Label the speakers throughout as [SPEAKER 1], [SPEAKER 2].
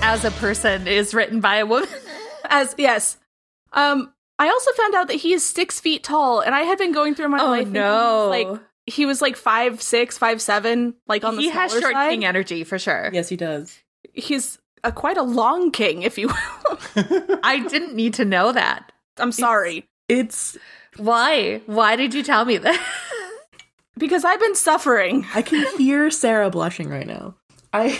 [SPEAKER 1] as a person is written by a woman.
[SPEAKER 2] As yes. Um I also found out that he is six feet tall, and I had been going through my
[SPEAKER 1] oh
[SPEAKER 2] life thinking he
[SPEAKER 1] no!
[SPEAKER 2] was, like he was like five six, five seven, like on the
[SPEAKER 1] he has
[SPEAKER 2] smaller
[SPEAKER 1] short
[SPEAKER 2] side.
[SPEAKER 1] king energy for sure.
[SPEAKER 3] Yes, he does.
[SPEAKER 2] He's a, quite a long king, if you will.
[SPEAKER 1] I didn't need to know that.
[SPEAKER 2] I'm sorry.
[SPEAKER 3] It's
[SPEAKER 1] Why? Why did you tell me that?
[SPEAKER 2] Because I've been suffering.
[SPEAKER 3] I can hear Sarah blushing right now. I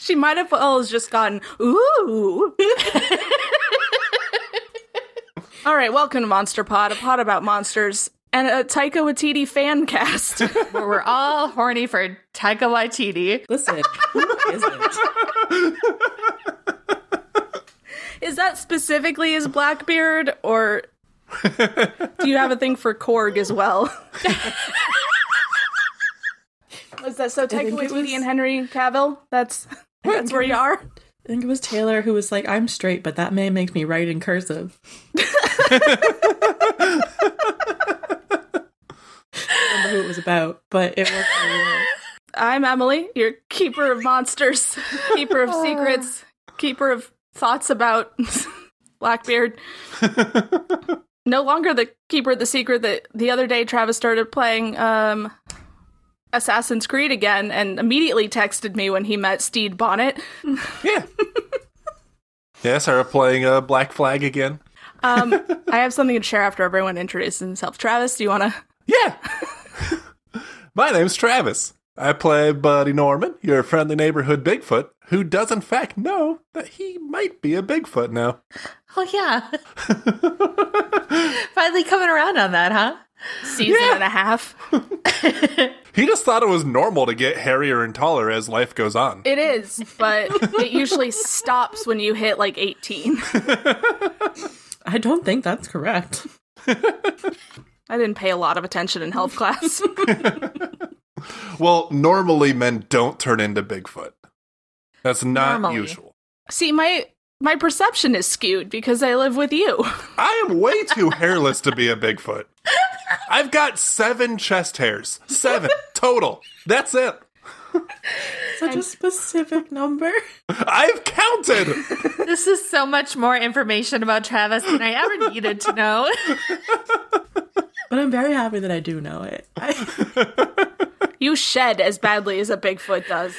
[SPEAKER 2] She might have well has just gotten ooh. All right, welcome to Monster Pod, a pod about monsters and a Taika Waititi fan cast.
[SPEAKER 1] Where we're all horny for Taika Waititi.
[SPEAKER 3] listen. Who isn't?
[SPEAKER 2] Is that specifically his Blackbeard, or do you have a thing for Korg as well? Was that so Taika
[SPEAKER 3] think it
[SPEAKER 2] Waititi
[SPEAKER 3] was-
[SPEAKER 2] and Henry Cavill? That's that's where you are.
[SPEAKER 3] I think it was Taylor who was like, "I'm straight, but that man makes me write in cursive." I don't remember who it was about, but it was.
[SPEAKER 2] I'm Emily, your keeper of monsters, keeper of secrets, keeper of thoughts about Blackbeard. no longer the keeper of the secret that the other day Travis started playing um, Assassin's Creed again and immediately texted me when he met Steed Bonnet.
[SPEAKER 4] yeah. Yeah, Sarah playing uh, Black Flag again.
[SPEAKER 2] Um, I have something to share after everyone introduces himself. Travis, do you want to?
[SPEAKER 4] Yeah. My name's Travis. I play Buddy Norman, your friendly neighborhood Bigfoot, who does in fact know that he might be a Bigfoot now.
[SPEAKER 1] Oh yeah. Finally coming around on that, huh?
[SPEAKER 2] Season and a half.
[SPEAKER 4] He just thought it was normal to get hairier and taller as life goes on.
[SPEAKER 2] It is, but it usually stops when you hit like 18.
[SPEAKER 3] I don't think that's correct.
[SPEAKER 2] I didn't pay a lot of attention in health class.
[SPEAKER 4] Well, normally men don't turn into Bigfoot. That's not
[SPEAKER 1] Normally.
[SPEAKER 4] usual.
[SPEAKER 2] See, my my perception is skewed because I live with you.
[SPEAKER 4] I am way too hairless to be a Bigfoot. I've got seven chest hairs. Seven total. That's it.
[SPEAKER 3] Such a specific number.
[SPEAKER 4] I've counted.
[SPEAKER 1] This is so much more information about Travis than I ever needed to know.
[SPEAKER 3] But I'm very happy that I do know it. I,
[SPEAKER 2] You shed as badly as a Bigfoot does.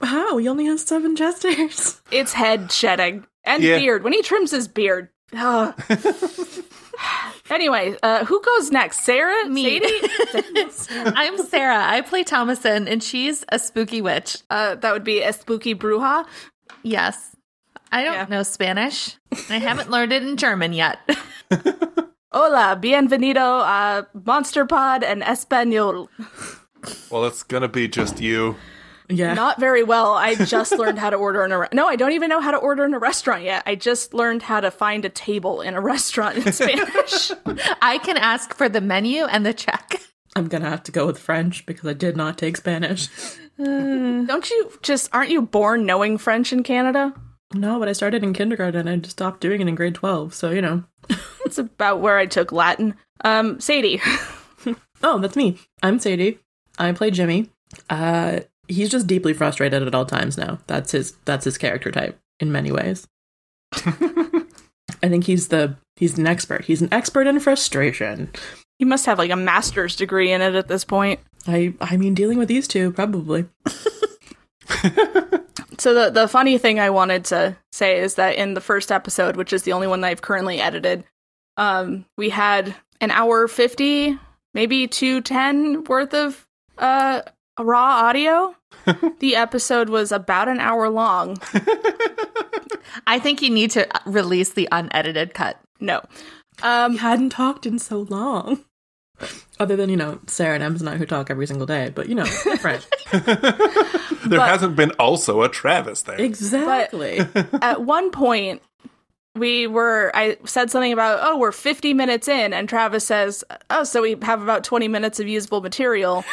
[SPEAKER 3] wow, he only has seven chest hairs.
[SPEAKER 2] It's head shedding and
[SPEAKER 4] Yeah.
[SPEAKER 2] beard. When he trims his beard. Ugh. anyway, uh, who goes next? Sarah?
[SPEAKER 1] Me.
[SPEAKER 2] Sadie?
[SPEAKER 1] I'm Sarah. I play Thomason, and she's a spooky witch.
[SPEAKER 2] Uh, that would be a spooky bruja.
[SPEAKER 1] Yes. I don't
[SPEAKER 2] Yeah.
[SPEAKER 1] know Spanish. I haven't learned it in German yet.
[SPEAKER 2] Hola, bienvenido a Monster Pod and Espanol.
[SPEAKER 4] Well, it's gonna be just you.
[SPEAKER 3] Yeah.
[SPEAKER 2] Not very well. I just learned how to order in a re- No, I don't even know how to order in a restaurant yet. I just learned how to find a table in a restaurant in Spanish.
[SPEAKER 1] I can ask for the menu and the check.
[SPEAKER 3] I'm gonna have to go with French because I did not take Spanish.
[SPEAKER 2] Don't you just aren't you born knowing French in Canada?
[SPEAKER 3] No, but I started in kindergarten and I just stopped doing it in grade 12, so you know.
[SPEAKER 2] That's about where I took Latin. Um, Sadie.
[SPEAKER 3] Oh, that's me. I'm Sadie. I play Jimmy. Uh he's just deeply frustrated at all times now. That's his that's his character type in many ways. I think he's the he's an expert. He's an expert in frustration.
[SPEAKER 2] You must have like a master's degree in it at this point.
[SPEAKER 3] I I mean dealing with these two probably.
[SPEAKER 2] So the the funny thing I wanted to say is that in the first episode, which is the only one that I've currently edited, um, we had an hour fifty, maybe two ten worth of uh raw audio. the episode was about an hour long.
[SPEAKER 1] I think you need to release the unedited cut.
[SPEAKER 2] No. Um
[SPEAKER 3] We hadn't talked in so long. Other than, you know, Sarah and Em's and I who talk every single day, but you know, it's different.
[SPEAKER 4] There hasn't been also a Travis there.
[SPEAKER 3] exactly.
[SPEAKER 2] at one point we were i said something about oh we're 50 minutes in and travis says oh so we have about 20 minutes of usable material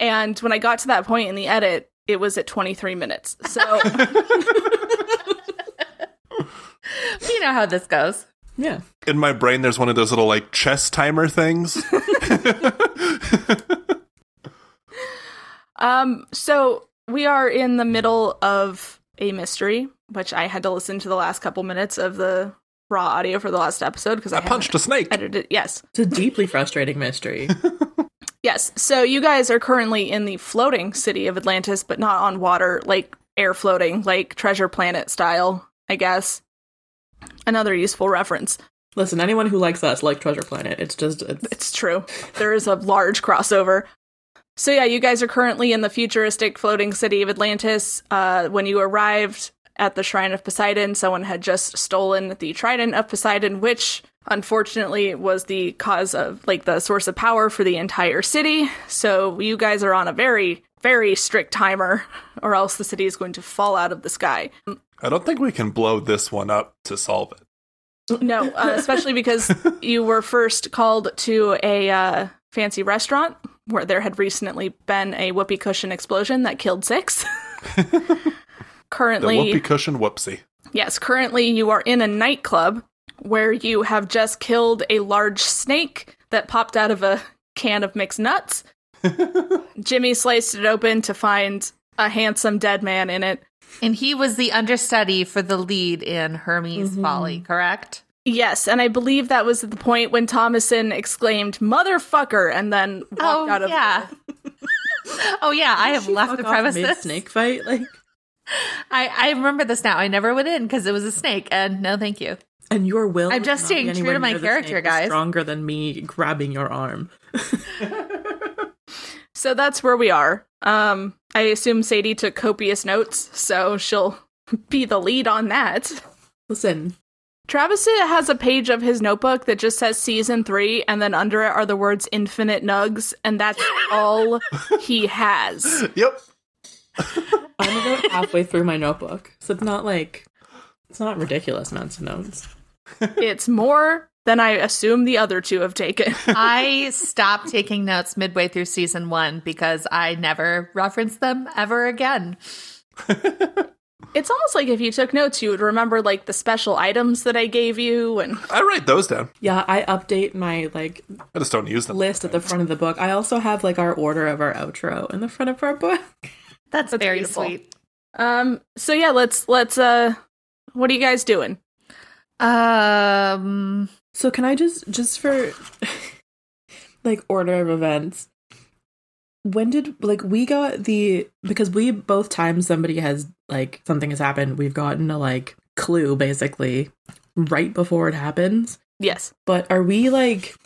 [SPEAKER 2] and when i got to that point in the edit it was at 23 minutes so
[SPEAKER 1] You know how this goes.
[SPEAKER 3] yeah.
[SPEAKER 4] In my brain, there's one of those little like chess timer things.
[SPEAKER 2] um so we are in the middle of a mystery, which I had to listen to the last couple minutes of the raw audio for the last episode because I,
[SPEAKER 4] I punched a
[SPEAKER 2] haven't
[SPEAKER 4] snake.
[SPEAKER 2] edited. Yes,
[SPEAKER 3] It's a deeply frustrating mystery.
[SPEAKER 2] yes. So you guys are currently in the floating city of Atlantis, but not on water, like air floating, like Treasure Planet style, I guess. Another useful reference.
[SPEAKER 3] Listen, anyone who likes us like Treasure Planet. It's just it's,
[SPEAKER 2] It's true. There is a large crossover. So yeah, you guys are currently in the futuristic floating city of Atlantis. Uh, when you arrived at the Shrine of Poseidon, someone had just stolen the Trident of Poseidon, which unfortunately was the cause of like the source of power for the entire city. So you guys are on a very very strict timer, or else the city is going to fall out of the sky.
[SPEAKER 4] I don't think we can blow this one up to solve it.
[SPEAKER 2] No, uh, especially because you were first called to a uh, fancy restaurant where there had recently been a whoopee cushion explosion that killed six.
[SPEAKER 4] The
[SPEAKER 2] currently,
[SPEAKER 4] whoopee cushion whoopsie.
[SPEAKER 2] yes, currently you are in a nightclub where you have just killed a large snake that popped out of a can of mixed nuts. Jimmy sliced it open to find a handsome dead man in it.
[SPEAKER 1] And he was the understudy for the lead in Hermes
[SPEAKER 2] Mm-hmm.
[SPEAKER 1] Folly, correct?
[SPEAKER 2] Yes, and I believe that was at the point when Thomason exclaimed "motherfucker" and then walked out of
[SPEAKER 1] Oh, yeah. oh yeah, I have left the
[SPEAKER 3] mid
[SPEAKER 1] premises.
[SPEAKER 3] snake fight. Like,
[SPEAKER 1] I, I remember this now. I never went in because it was a snake, and no, thank you.
[SPEAKER 3] and your will.
[SPEAKER 1] I'm
[SPEAKER 3] is
[SPEAKER 1] just
[SPEAKER 3] not
[SPEAKER 1] staying true
[SPEAKER 3] anywhere
[SPEAKER 1] to my
[SPEAKER 3] near the
[SPEAKER 1] character,
[SPEAKER 3] snake is
[SPEAKER 1] guys.
[SPEAKER 3] Stronger than me grabbing your arm.
[SPEAKER 2] So that's where we are. Um, I assume Sadie took copious notes, so she'll be the lead on that.
[SPEAKER 3] Listen,
[SPEAKER 2] Travis has a page of his notebook that just says season three, and then under it are the words infinite nugs, and that's all he has.
[SPEAKER 4] Yep.
[SPEAKER 3] I'm about halfway through my notebook, so it's not like it's not ridiculous amounts of notes.
[SPEAKER 2] It's more than I assume the other two have taken.
[SPEAKER 1] I stopped taking notes midway through season one because I never referenced them ever again.
[SPEAKER 2] It's almost like if you took notes, you would remember like the special items that I gave you, and
[SPEAKER 4] I write those down.
[SPEAKER 3] Yeah, I update my like
[SPEAKER 4] I just don't use them.
[SPEAKER 3] list at the front of the book. I also have like our order of our outro in the front of our book.
[SPEAKER 1] That's, very
[SPEAKER 2] beautiful.
[SPEAKER 1] sweet.
[SPEAKER 2] um. So yeah, let's let's uh, what are you guys doing?
[SPEAKER 1] Um,
[SPEAKER 3] So can I just just for like order of events? When did like we got the because we both times somebody has like something has happened, we've gotten a like clue basically right before it happens.
[SPEAKER 2] Yes.
[SPEAKER 3] But are we like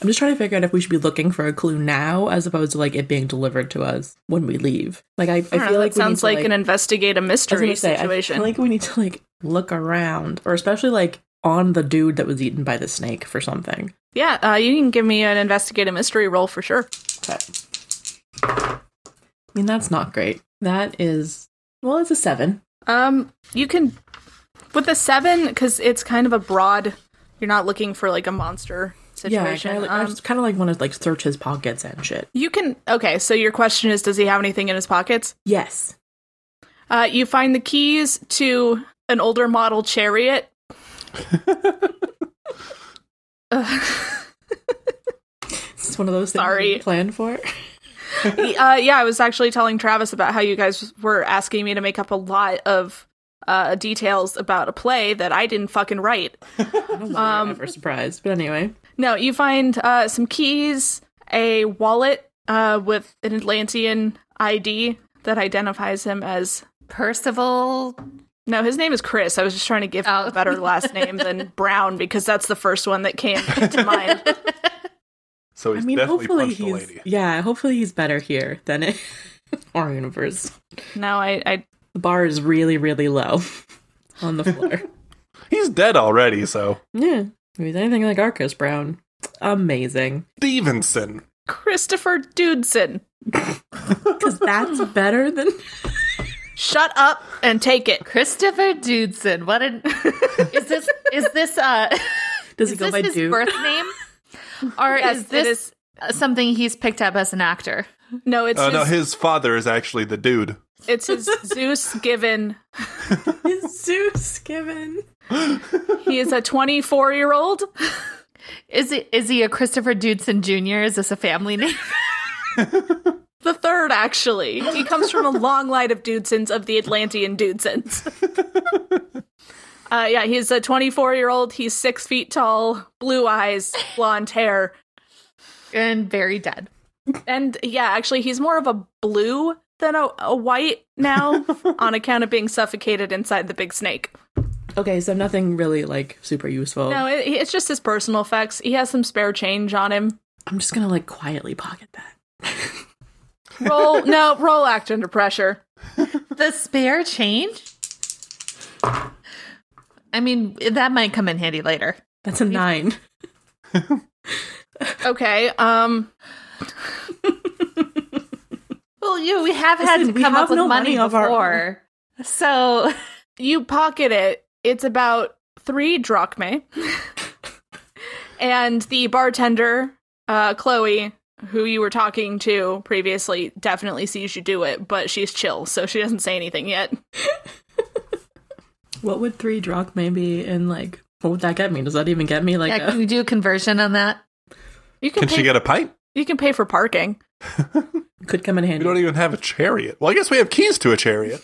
[SPEAKER 3] I'm just trying to figure out if we should be looking for a clue now as opposed to like it being delivered to us when we leave. Like I, I,
[SPEAKER 2] I, don't
[SPEAKER 3] feel
[SPEAKER 2] know,
[SPEAKER 3] like
[SPEAKER 2] that
[SPEAKER 3] we need
[SPEAKER 2] sounds
[SPEAKER 3] to,
[SPEAKER 2] like, an investigate a
[SPEAKER 3] I was
[SPEAKER 2] mystery
[SPEAKER 3] gonna say, I
[SPEAKER 2] situation.
[SPEAKER 3] feel like we need to like look around, or especially like on the dude that was eaten by the snake for something.
[SPEAKER 2] yeah, uh, you can give me an investigate a mystery roll for sure.
[SPEAKER 3] Okay. I mean, that's not great. That is well, it's a seven.
[SPEAKER 2] Um, you can with the seven because it's kind of a broad. You're not looking for like a monster
[SPEAKER 3] Yeah, I
[SPEAKER 2] situation.
[SPEAKER 3] kinda, like, I
[SPEAKER 2] Um,
[SPEAKER 3] just kind of like want to like search his pockets and shit.
[SPEAKER 2] you can okay. So your question is, does he have anything in his pockets?
[SPEAKER 3] Yes.
[SPEAKER 2] Uh, you find the keys to an older model chariot.
[SPEAKER 3] It's one of those things
[SPEAKER 2] Sorry.
[SPEAKER 3] you planned for.
[SPEAKER 2] uh, yeah, I was actually telling Travis about how you guys were asking me to make up a lot of uh, details about a play that I didn't fucking write.
[SPEAKER 3] I don't know why
[SPEAKER 2] Um,
[SPEAKER 3] I'm ever surprised, but anyway.
[SPEAKER 2] No, you find uh, some keys, a wallet uh, with an Atlantean ID that identifies him as.
[SPEAKER 1] Percival.
[SPEAKER 2] No, his name is Chris. I was just trying to give
[SPEAKER 1] Oh.
[SPEAKER 2] a better last name than Brown because that's the first one that came to mind.
[SPEAKER 4] So
[SPEAKER 3] I
[SPEAKER 4] he's
[SPEAKER 3] mean,
[SPEAKER 4] definitely
[SPEAKER 3] hopefully
[SPEAKER 4] punched a
[SPEAKER 3] he's
[SPEAKER 4] lady.
[SPEAKER 3] yeah, hopefully he's better here than in our universe.
[SPEAKER 2] No, I, I
[SPEAKER 3] The bar is really, really low on the floor.
[SPEAKER 4] He's dead already, so.
[SPEAKER 3] yeah. If he's anything like Arcus Brown, amazing.
[SPEAKER 4] Stevenson.
[SPEAKER 2] Christopher Dudeson.
[SPEAKER 3] Because that's better than.
[SPEAKER 2] Shut up and take it.
[SPEAKER 1] Christopher Dudeson. What an is this? Is this uh? is
[SPEAKER 3] Does he go
[SPEAKER 1] this
[SPEAKER 3] by
[SPEAKER 1] his
[SPEAKER 3] Dude?
[SPEAKER 1] birth name, or
[SPEAKER 2] Yes,
[SPEAKER 1] is
[SPEAKER 2] it
[SPEAKER 1] this
[SPEAKER 2] is-
[SPEAKER 1] uh, something he's picked up as an actor?
[SPEAKER 2] Uh, No, it's
[SPEAKER 4] Oh,
[SPEAKER 2] his,
[SPEAKER 4] no, his father is actually the dude.
[SPEAKER 2] it's his Zeus given.
[SPEAKER 3] Is Zeus given?
[SPEAKER 2] He is a 24 year old.
[SPEAKER 1] Is it? Is he a Christopher Dudeson Jr.? Is this a family name?
[SPEAKER 2] the third, actually. He comes from a long line of Dudesons of the Atlantean Dudesons. uh, yeah, he's a 24 year old. He's six feet tall, blue eyes, blonde hair.
[SPEAKER 1] and very dead.
[SPEAKER 2] And yeah, actually, he's more of a blue than a, a white now on account of being suffocated inside the big snake.
[SPEAKER 3] Okay, so nothing really like super useful.
[SPEAKER 2] No, it, it's just his personal effects. He has some spare change on him.
[SPEAKER 3] I'm just gonna like quietly pocket that.
[SPEAKER 2] Roll, no, roll act under pressure.
[SPEAKER 1] The spare change? I mean, that might come in handy later.
[SPEAKER 3] That's a nine.
[SPEAKER 2] Okay, um,
[SPEAKER 1] Well, you we have had
[SPEAKER 3] Listen,
[SPEAKER 1] to
[SPEAKER 3] we
[SPEAKER 1] come
[SPEAKER 3] have
[SPEAKER 1] up with
[SPEAKER 3] no
[SPEAKER 1] money,
[SPEAKER 3] money of our
[SPEAKER 1] before. So
[SPEAKER 2] you pocket it. It's about three drachmae. and the bartender, uh, Chloe, who you were talking to previously, definitely sees you do it, but she's chill, so she doesn't say anything yet.
[SPEAKER 3] What would three drachmae maybe and like what would that get me? Does that even get me like uh,
[SPEAKER 1] yeah,
[SPEAKER 3] a-
[SPEAKER 1] can you do a conversion on that?
[SPEAKER 2] You can,
[SPEAKER 4] Can
[SPEAKER 2] pay,
[SPEAKER 4] she get a pint?
[SPEAKER 2] you can pay for parking.
[SPEAKER 3] could come in
[SPEAKER 4] We
[SPEAKER 3] handy?
[SPEAKER 4] don't even have a chariot. Well, I guess we have keys to a chariot.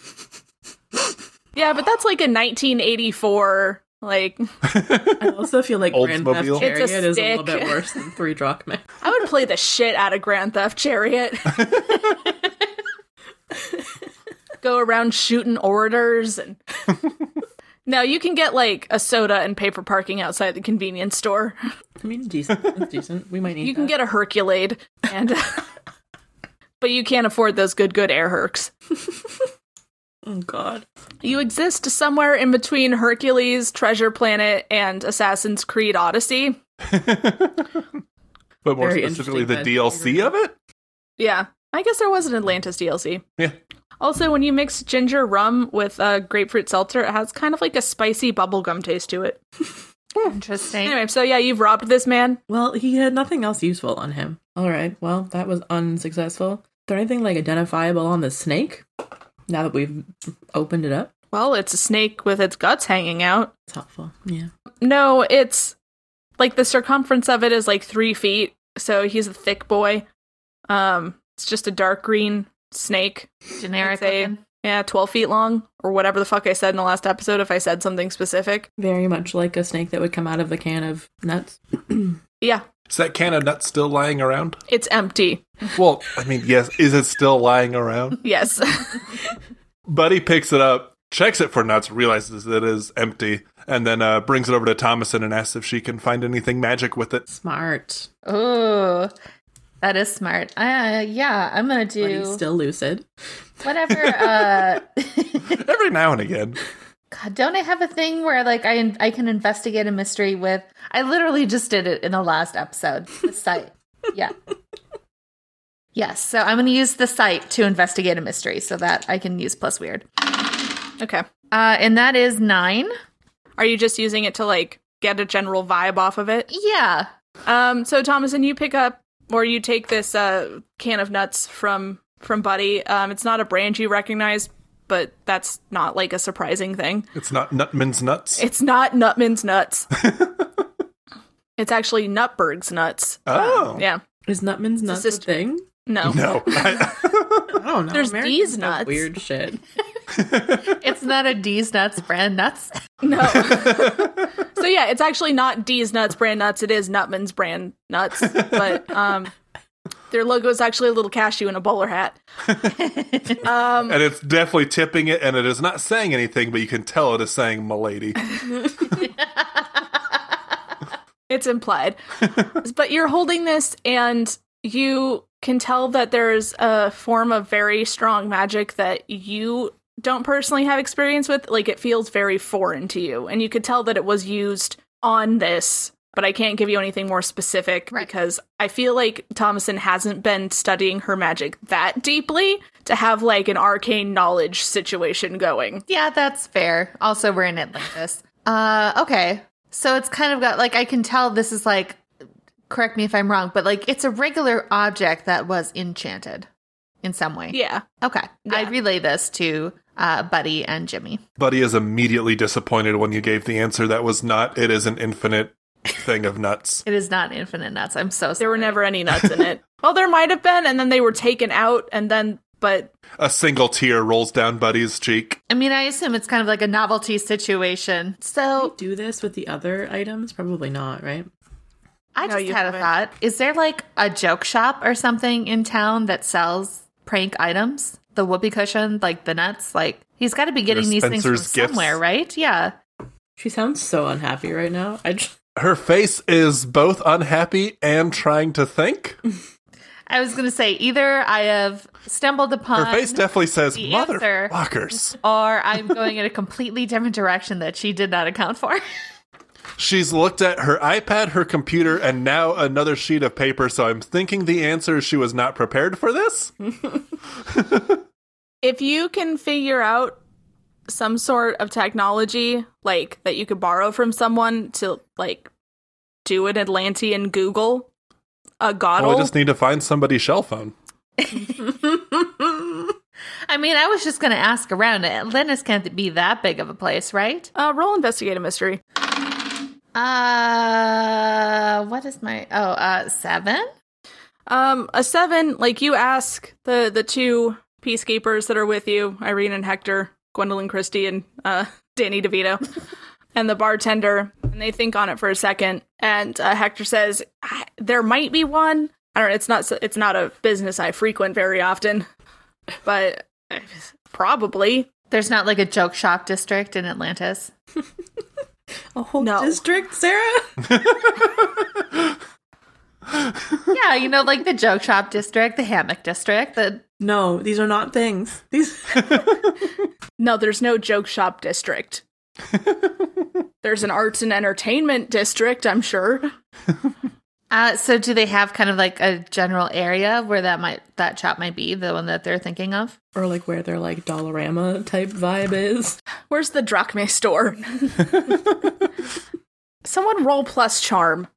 [SPEAKER 2] Yeah, but that's like a 1984 like
[SPEAKER 3] I also feel like Grand
[SPEAKER 4] Oldsmobile.
[SPEAKER 3] Theft
[SPEAKER 2] It's a
[SPEAKER 3] Chariot is a little
[SPEAKER 2] stick.
[SPEAKER 3] bit worse than three drachmae.
[SPEAKER 2] I would play the shit out of Grand Theft Chariot. Go around shooting orators and No, you can get like a soda and pay for parking outside the convenience store.
[SPEAKER 3] I mean, decent. It's decent. We might need.
[SPEAKER 2] You can
[SPEAKER 3] that.
[SPEAKER 2] get a Herculade and but you can't afford those good good air hercs.
[SPEAKER 3] Oh God.
[SPEAKER 2] You exist somewhere in between Hercules, Treasure Planet, and Assassin's Creed Odyssey.
[SPEAKER 4] But more
[SPEAKER 3] Very
[SPEAKER 4] specifically, the
[SPEAKER 3] interesting
[SPEAKER 4] DLC of it?
[SPEAKER 2] Yeah. I guess there was an Atlantis DLC.
[SPEAKER 4] Yeah.
[SPEAKER 2] Also, when you mix ginger rum with uh, grapefruit seltzer, it has kind of like a spicy bubblegum taste to it.
[SPEAKER 1] Interesting.
[SPEAKER 2] Anyway, so yeah, you've robbed this man.
[SPEAKER 3] Well, he had nothing else useful on him. All right. Well, that was unsuccessful. Is there anything like identifiable on the snake? Now that we've opened it up,
[SPEAKER 2] Well, it's a snake with its guts hanging out.
[SPEAKER 3] it's helpful. Yeah.
[SPEAKER 2] No, it's like the circumference of it is like three feet, so he's a thick boy. Um, it's just a dark green snake.
[SPEAKER 1] Generic.
[SPEAKER 2] I'd say-
[SPEAKER 1] looking.
[SPEAKER 2] Yeah, twelve feet long or whatever the fuck I said in the last episode. If I said something specific,
[SPEAKER 3] Very much like a snake that would come out of a can of nuts.
[SPEAKER 2] yeah,
[SPEAKER 4] Is that can of nuts still lying around?
[SPEAKER 2] it's empty.
[SPEAKER 4] Well, I mean, yes, is it still lying around?
[SPEAKER 2] Yes.
[SPEAKER 4] Buddy picks it up, checks it for nuts, realizes it is empty, and then uh, brings it over to Thomason and asks if she can find anything magic with it.
[SPEAKER 3] Smart.
[SPEAKER 1] Ooh, that is smart. Uh, yeah, I'm gonna
[SPEAKER 3] But he's
[SPEAKER 1] do
[SPEAKER 3] still lucid.
[SPEAKER 1] whatever. Uh,
[SPEAKER 4] Every now and again.
[SPEAKER 1] God, don't I have a thing where like I I can investigate a mystery with? I literally just did it in the last episode. The site. yeah. Yes, so I'm going to use the site to investigate a mystery so that I can use plus weird.
[SPEAKER 2] okay.
[SPEAKER 1] Uh, and that is nine.
[SPEAKER 2] Are you just using it to like get a general vibe off of it?
[SPEAKER 1] Yeah.
[SPEAKER 2] Um, so Thomason, you pick up or you take this uh, can of nuts from from Buddy. Um, it's not a brand you recognize, but that's not like a surprising thing.
[SPEAKER 4] It's not Nutman's Nuts.
[SPEAKER 2] It's not Nutman's nuts. it's actually Nutberg's nuts.
[SPEAKER 4] oh.
[SPEAKER 2] Yeah.
[SPEAKER 3] Is Nutman's nuts a
[SPEAKER 2] sister-
[SPEAKER 3] thing?
[SPEAKER 2] No.
[SPEAKER 4] No.
[SPEAKER 3] I don't know.
[SPEAKER 2] There's
[SPEAKER 3] Americans
[SPEAKER 2] these
[SPEAKER 3] have
[SPEAKER 2] nuts.
[SPEAKER 3] Weird shit.
[SPEAKER 1] It's not a D's nuts brand nuts.
[SPEAKER 2] No. so yeah, it's actually not D's Nuts brand nuts. It is Nutman's brand nuts, but um, their logo is actually a little cashew in a bowler hat. Um,
[SPEAKER 4] and it's definitely tipping it, and it is not saying anything, but you can tell it is saying "milady."
[SPEAKER 2] It's implied. but you're holding this and you can tell that there's a form of very strong magic that you don't personally have experience with. Like it feels very foreign to you. And you could tell that it was used on this, but I can't give you anything more specific
[SPEAKER 1] Right.
[SPEAKER 2] because I feel like Thomason hasn't been studying her magic that deeply to have like an arcane knowledge situation going.
[SPEAKER 1] Yeah, that's fair. Also, we're in Atlantis. Uh, okay. So it's kind of got like I can tell this is like correct me if I'm wrong, but like it's a regular object that was enchanted in some way.
[SPEAKER 2] Yeah.
[SPEAKER 1] Okay. I
[SPEAKER 2] Yeah.
[SPEAKER 1] relay this to uh Buddy and Jimmy.
[SPEAKER 4] Buddy is immediately disappointed when you gave the answer that was not. It is an infinite thing of nuts.
[SPEAKER 1] It is not infinite nuts. I'm so sorry.
[SPEAKER 2] There were never any nuts in it. Well, there might have been, and then they were taken out, and then, but
[SPEAKER 4] A single tear rolls down Buddy's cheek.
[SPEAKER 1] I mean, I assume it's kind of like a novelty situation. So
[SPEAKER 3] Do this with the other items? Probably not, right?
[SPEAKER 1] I
[SPEAKER 2] No,
[SPEAKER 1] just
[SPEAKER 2] you
[SPEAKER 1] had a
[SPEAKER 2] haven't.
[SPEAKER 1] thought. Is there like a joke shop or something in town that sells prank items? The whoopee cushion, like the nuts, like he's got to be getting these things from
[SPEAKER 4] Spencer's gifts.
[SPEAKER 1] somewhere, right? Yeah.
[SPEAKER 3] She sounds so unhappy right now. I just,
[SPEAKER 4] Her face is both unhappy and trying to think.
[SPEAKER 1] I was gonna say either I have stumbled upon
[SPEAKER 4] Her face definitely says,
[SPEAKER 1] the answer-
[SPEAKER 4] motherfuckers.
[SPEAKER 1] or I'm going in a completely different direction that she did not account for.
[SPEAKER 4] She's looked at her iPad, her computer, and now another sheet of paper, so I'm thinking the answer is she was not prepared for this?
[SPEAKER 2] if you can figure out some sort of technology like that you could borrow from someone to like do an Atlantean Google, a
[SPEAKER 4] Well,
[SPEAKER 2] Godel.
[SPEAKER 4] we just need to find somebody's shell phone.
[SPEAKER 1] I mean, I was just gonna ask around. Atlantis can't be that big of a place, right?
[SPEAKER 2] uh, roll investigate a mystery.
[SPEAKER 1] Uh, what is my oh uh seven?
[SPEAKER 2] Um, a seven, like you ask the the two peacekeepers that are with you, Irene and Hector, Gwendolyn Christie and uh, Danny DeVito, and the bartender, and they think on it for a second. And uh, Hector says, I, "There might be one. I don't. know. It's not. s- It's not a business I frequent very often, but probably."
[SPEAKER 1] There's not like a joke shop district in Atlantis.
[SPEAKER 3] a whole
[SPEAKER 2] No.
[SPEAKER 3] district, Sarah.
[SPEAKER 1] yeah, you know, like the joke shop district, the hammock district, the
[SPEAKER 3] No, these are not things. These
[SPEAKER 2] No, there's no joke shop district. there's an arts and entertainment district, I'm sure.
[SPEAKER 1] uh so do they have kind of like a general area where that might that shop might be, the one that they're thinking of?
[SPEAKER 3] or like where their like Dollarama type vibe is.
[SPEAKER 2] Where's the drachma store? Someone roll plus charm.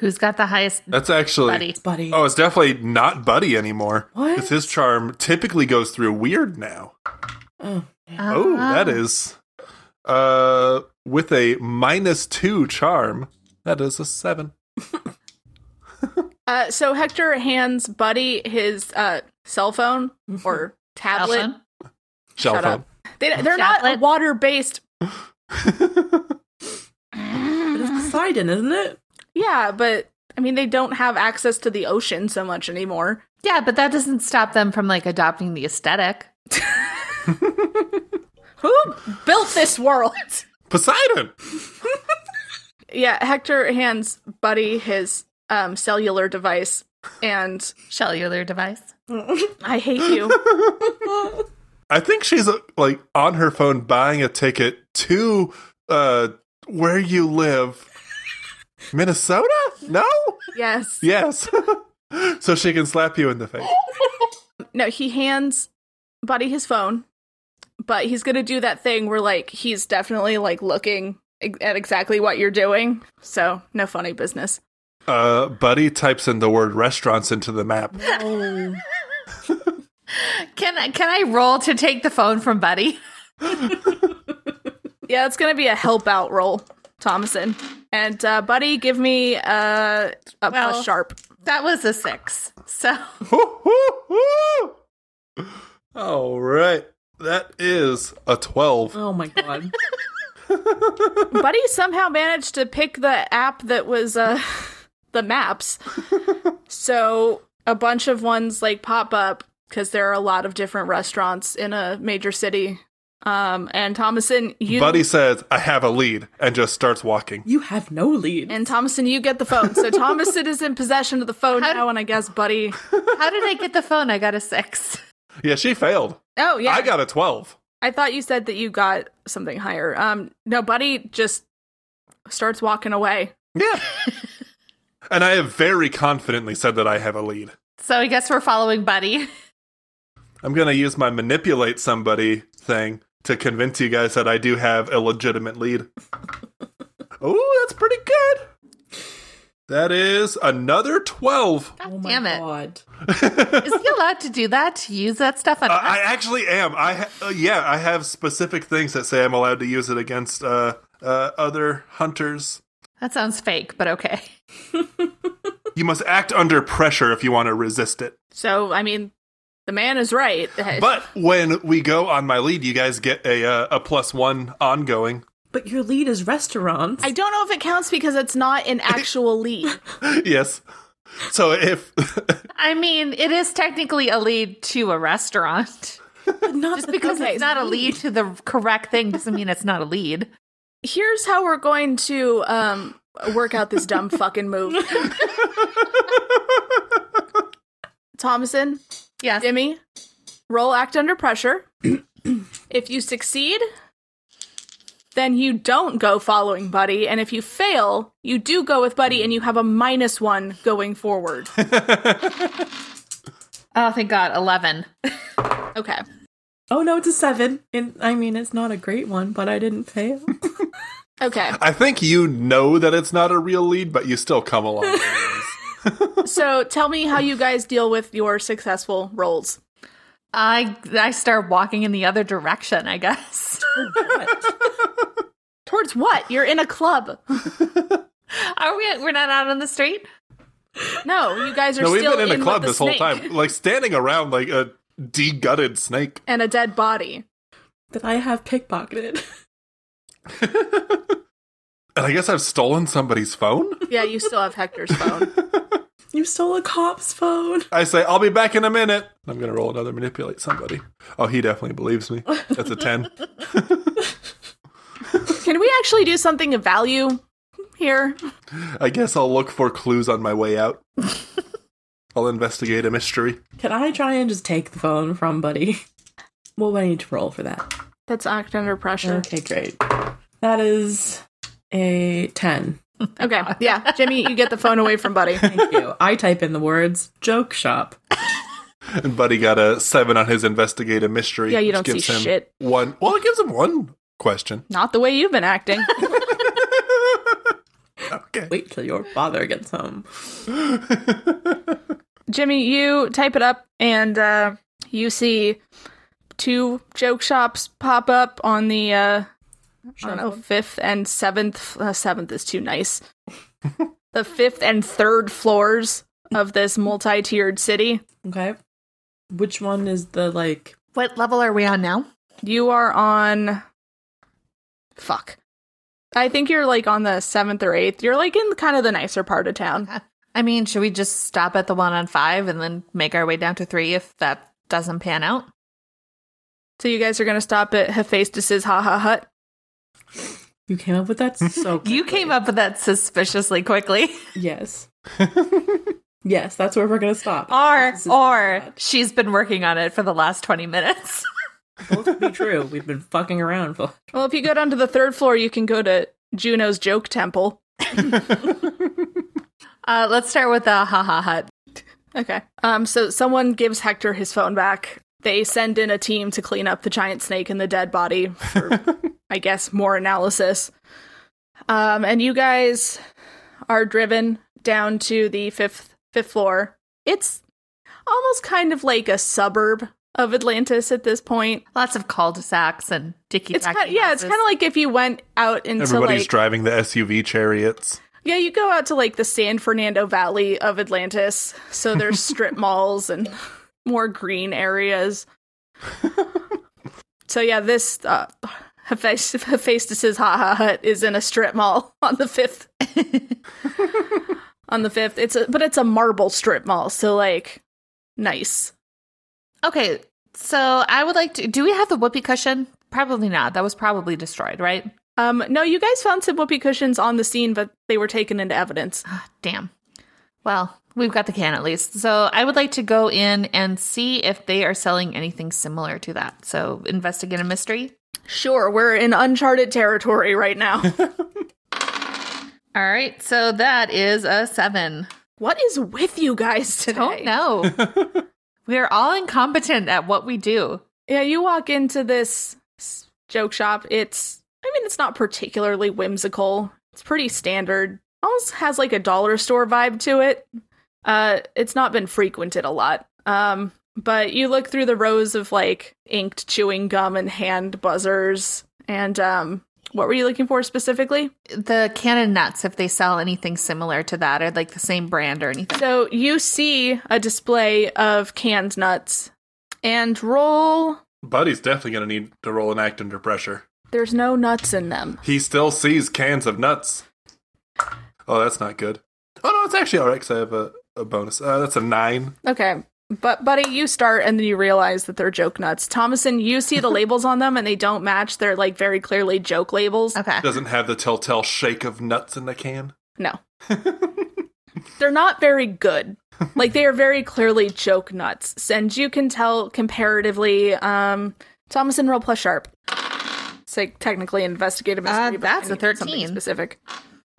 [SPEAKER 1] Who's got the highest
[SPEAKER 4] That's actually.
[SPEAKER 1] buddy?
[SPEAKER 3] Buddy.
[SPEAKER 4] Oh, it's definitely not Buddy anymore.
[SPEAKER 3] What?
[SPEAKER 4] 'Cause his charm typically goes through weird now.
[SPEAKER 3] Oh.
[SPEAKER 4] Oh, that
[SPEAKER 1] Ah.
[SPEAKER 4] is. Uh, with a minus two charm, that is a seven.
[SPEAKER 2] Uh, so Hector hands Buddy his uh, cell phone or tablet.
[SPEAKER 1] Alpha?
[SPEAKER 4] Shell
[SPEAKER 2] Shut
[SPEAKER 4] phone.
[SPEAKER 2] They, they're not
[SPEAKER 1] Tablet?
[SPEAKER 2] water based.
[SPEAKER 3] But it's Poseidon, isn't it?
[SPEAKER 2] Yeah, but I mean, they don't have access to the ocean so much anymore.
[SPEAKER 1] Yeah, but that doesn't stop them from like adopting the aesthetic.
[SPEAKER 2] Who built this world?
[SPEAKER 4] Poseidon!
[SPEAKER 2] yeah, Hector hands Buddy his um, cellular device and
[SPEAKER 1] Cellular device.
[SPEAKER 2] I hate you.
[SPEAKER 4] I think she's uh, like on her phone buying a ticket to uh where you live, Minnesota. No,
[SPEAKER 2] yes.
[SPEAKER 4] yes, so she can slap you in the face.
[SPEAKER 2] No, he hands Buddy his phone, but he's gonna do that thing where like he's definitely like looking ex- at exactly what you're doing. So no funny business.
[SPEAKER 4] Uh, Buddy types in the word restaurants into the map.
[SPEAKER 3] Oh.
[SPEAKER 1] Can I can I roll to take the phone from Buddy?
[SPEAKER 2] Yeah, it's gonna be a help out roll, Thomason. And uh, Buddy, give me uh, a
[SPEAKER 1] Well-
[SPEAKER 2] plus sharp.
[SPEAKER 1] That was a six. So
[SPEAKER 4] Hoo, hoo, hoo! All right, that is a twelve.
[SPEAKER 3] oh my god.
[SPEAKER 2] Buddy somehow managed to pick the app that was uh, the maps. so a bunch of ones like pop up because there are a lot of different restaurants in a major city. Um, and Thomason, you
[SPEAKER 4] Buddy says, "I have a lead," and just starts walking.
[SPEAKER 3] You have no
[SPEAKER 1] Eh,
[SPEAKER 3] lead.
[SPEAKER 2] and Thomason, you get the phone. So Thomason is in possession of the phone
[SPEAKER 1] How d-
[SPEAKER 2] now, and I guess Buddy.
[SPEAKER 1] how did I get the phone? I got a six.
[SPEAKER 4] Yeah, she failed.
[SPEAKER 2] Oh yeah,
[SPEAKER 4] I got a twelve.
[SPEAKER 2] I thought you said that you got something higher. Um, no, Buddy just starts walking away.
[SPEAKER 4] Yeah. and I have very confidently said that I have a lead.
[SPEAKER 1] So I guess we're following Buddy.
[SPEAKER 4] I'm going to use my manipulate somebody thing to convince you guys that I do have a legitimate lead. oh, that's pretty good. That is another 12.
[SPEAKER 1] God
[SPEAKER 3] oh my
[SPEAKER 1] damn it.
[SPEAKER 3] god.
[SPEAKER 1] Is he allowed to do that? To use that stuff on
[SPEAKER 4] Uh,
[SPEAKER 1] us?
[SPEAKER 4] I actually am. I ha- uh, yeah, I have specific things that say I'm allowed to use it against uh, uh, other hunters.
[SPEAKER 1] That sounds fake, but okay.
[SPEAKER 4] You must act under pressure if you want to resist it.
[SPEAKER 2] So, I mean, the man is right.
[SPEAKER 4] But when we go on my lead, you guys get a uh, a plus one ongoing.
[SPEAKER 3] But your lead is restaurants.
[SPEAKER 2] I don't know if it counts because it's not an actual lead.
[SPEAKER 4] yes. So if
[SPEAKER 1] I mean, it is technically a lead to a restaurant.
[SPEAKER 3] But not
[SPEAKER 1] Just
[SPEAKER 3] that
[SPEAKER 1] because
[SPEAKER 3] those-
[SPEAKER 1] it's not a lead to the correct thing doesn't mean it's not a lead.
[SPEAKER 2] Here's how we're going to um, work out this dumb fucking move. Thomason,
[SPEAKER 1] Yes.
[SPEAKER 2] Jimmy, roll act under pressure. if you succeed, then you don't go following Buddy. And if you fail, you do go with Buddy and you have a minus one going forward.
[SPEAKER 1] Oh, thank God. 11.
[SPEAKER 2] Okay.
[SPEAKER 3] Oh no, it's a seven. And I mean, it's not a great one, but I didn't fail.
[SPEAKER 2] Okay.
[SPEAKER 4] I think you know that it's not a real lead, but you still come along. anyways.
[SPEAKER 2] So tell me how you guys deal with your successful rolls.
[SPEAKER 1] I I start walking in the other direction, I guess.
[SPEAKER 2] Towards what? You're in a club.
[SPEAKER 1] Are we we're not out on the street?
[SPEAKER 2] No, you guys are
[SPEAKER 4] no, we've
[SPEAKER 2] still
[SPEAKER 4] been in a
[SPEAKER 2] with
[SPEAKER 4] club
[SPEAKER 2] the
[SPEAKER 4] this
[SPEAKER 2] snake
[SPEAKER 4] whole time, like standing around like a degutted snake.
[SPEAKER 2] And a dead body.
[SPEAKER 3] that I have pickpocketed.
[SPEAKER 4] And I guess I've stolen somebody's phone.
[SPEAKER 2] Yeah, you still have Hector's phone.
[SPEAKER 3] You stole a cop's phone.
[SPEAKER 4] I say, I'll be back in a minute. I'm going to roll another manipulate somebody. Oh, he definitely believes me. That's a 10.
[SPEAKER 2] Can we actually do something of value here?
[SPEAKER 4] I guess I'll look for clues on my way out. I'll investigate a mystery.
[SPEAKER 3] Can I try and just take the phone from Buddy? What would I need to roll for that?
[SPEAKER 2] That's act under pressure.
[SPEAKER 3] Okay, great. That is a 10.
[SPEAKER 2] Okay. Yeah. Jimmy, you get the phone away from Buddy.
[SPEAKER 3] Thank you. I type in the words joke shop.
[SPEAKER 4] And Buddy got a 7 on his investigate a mystery.
[SPEAKER 2] Yeah, you
[SPEAKER 4] which
[SPEAKER 2] don't see
[SPEAKER 4] gives him
[SPEAKER 2] shit.
[SPEAKER 4] One, well, it gives him one question.
[SPEAKER 2] Not the way you've been acting.
[SPEAKER 4] Okay.
[SPEAKER 3] Wait till your father gets home.
[SPEAKER 2] Jimmy, you type it up and uh, you see two joke shops pop up on the uh, I don't
[SPEAKER 3] Um,
[SPEAKER 2] know fifth and seventh. Uh, seventh is too nice. the fifth and third floors of this multi-tiered city.
[SPEAKER 3] Okay. Which one is the like
[SPEAKER 1] What level are we on now?
[SPEAKER 2] You are on. Fuck. I think you're like on the seventh or eighth. You're like in kind of the nicer part of town.
[SPEAKER 1] I mean, should we just stop at the one on five and then make our way down to three if that doesn't pan out?
[SPEAKER 2] So you guys are gonna stop at Hephaestus's Ha Ha Hut.
[SPEAKER 3] you came up with that so
[SPEAKER 1] You came up with that suspiciously quickly.
[SPEAKER 3] Yes. yes, that's where we're gonna stop.
[SPEAKER 1] Or
[SPEAKER 3] This is
[SPEAKER 1] or
[SPEAKER 3] bad.
[SPEAKER 1] she's been working on it for the last twenty minutes.
[SPEAKER 3] both be true. We've been fucking around for
[SPEAKER 2] Well, if you go down to the third floor, you can go to Juno's Joke Temple.
[SPEAKER 1] Uh, let's start with the ha ha hut.
[SPEAKER 2] Okay. Um. So someone gives Hector his phone back. They send in a team to clean up the giant snake and the dead body for, I guess, more analysis. Um. And you guys are driven down to the fifth fifth floor. It's almost kind of like a suburb of Atlantis at this point.
[SPEAKER 1] Lots of cul-de-sacs and dicky.
[SPEAKER 2] It's kind yeah. It's kind of like if you went out into
[SPEAKER 4] Everybody's
[SPEAKER 2] like
[SPEAKER 4] driving the SUV chariots.
[SPEAKER 2] Yeah, you go out to like the San Fernando Valley of Atlantis, so there's strip malls and more green areas. so yeah, this uh, Hephaest- Hephaestus's Ha Ha Hut is in a strip mall on the fifth. on the fifth, it's a, but it's a marble strip mall, so like nice.
[SPEAKER 1] okay. So I would like to. Do we have the whoopee cushion? Probably not. That was probably destroyed, right?
[SPEAKER 2] Um, no, you guys found some whoopee cushions on the scene, but they were taken into evidence.
[SPEAKER 1] Damn. Well, we've got the can at least. So I would like to go in and see if they are selling anything similar to that. So investigate a mystery.
[SPEAKER 2] Sure, we're in uncharted territory right now.
[SPEAKER 1] All right. So that is a seven.
[SPEAKER 2] what is with you guys
[SPEAKER 1] Don't
[SPEAKER 2] today?
[SPEAKER 1] know. Oh, we are all incompetent at what we do.
[SPEAKER 2] Yeah, you walk into this s- joke shop. It's, I mean, it's not particularly whimsical. It's pretty standard. Almost has like a dollar store vibe to it. Uh, it's not been frequented a lot. Um, but you look through the rows of like inked chewing gum and hand buzzers, and um, What were you looking for specifically?
[SPEAKER 1] The cannon nuts, if they sell anything similar to that or like the same brand or anything.
[SPEAKER 2] So you see a display of canned nuts and roll.
[SPEAKER 4] Buddy's definitely going to need to roll an act under pressure.
[SPEAKER 2] There's no nuts in them.
[SPEAKER 4] He still sees cans of nuts. Oh, that's not good. Oh, no, it's actually all right because I have a, a bonus. Uh, that's a nine.
[SPEAKER 2] Okay. But, buddy, you start and then you realize that they're joke nuts. Thomason, you see the labels on them and they don't match. They're like very clearly joke labels.
[SPEAKER 1] Okay.
[SPEAKER 4] Doesn't have the telltale shake of nuts in the can.
[SPEAKER 2] No. They're not very good. Like they are very clearly joke nuts. And you can tell comparatively, um Thomason roll plus sharp. It's like technically investigative
[SPEAKER 1] Uh,
[SPEAKER 2] mystery, but
[SPEAKER 1] that's
[SPEAKER 2] I
[SPEAKER 1] a
[SPEAKER 2] need something
[SPEAKER 1] 13.
[SPEAKER 2] specific.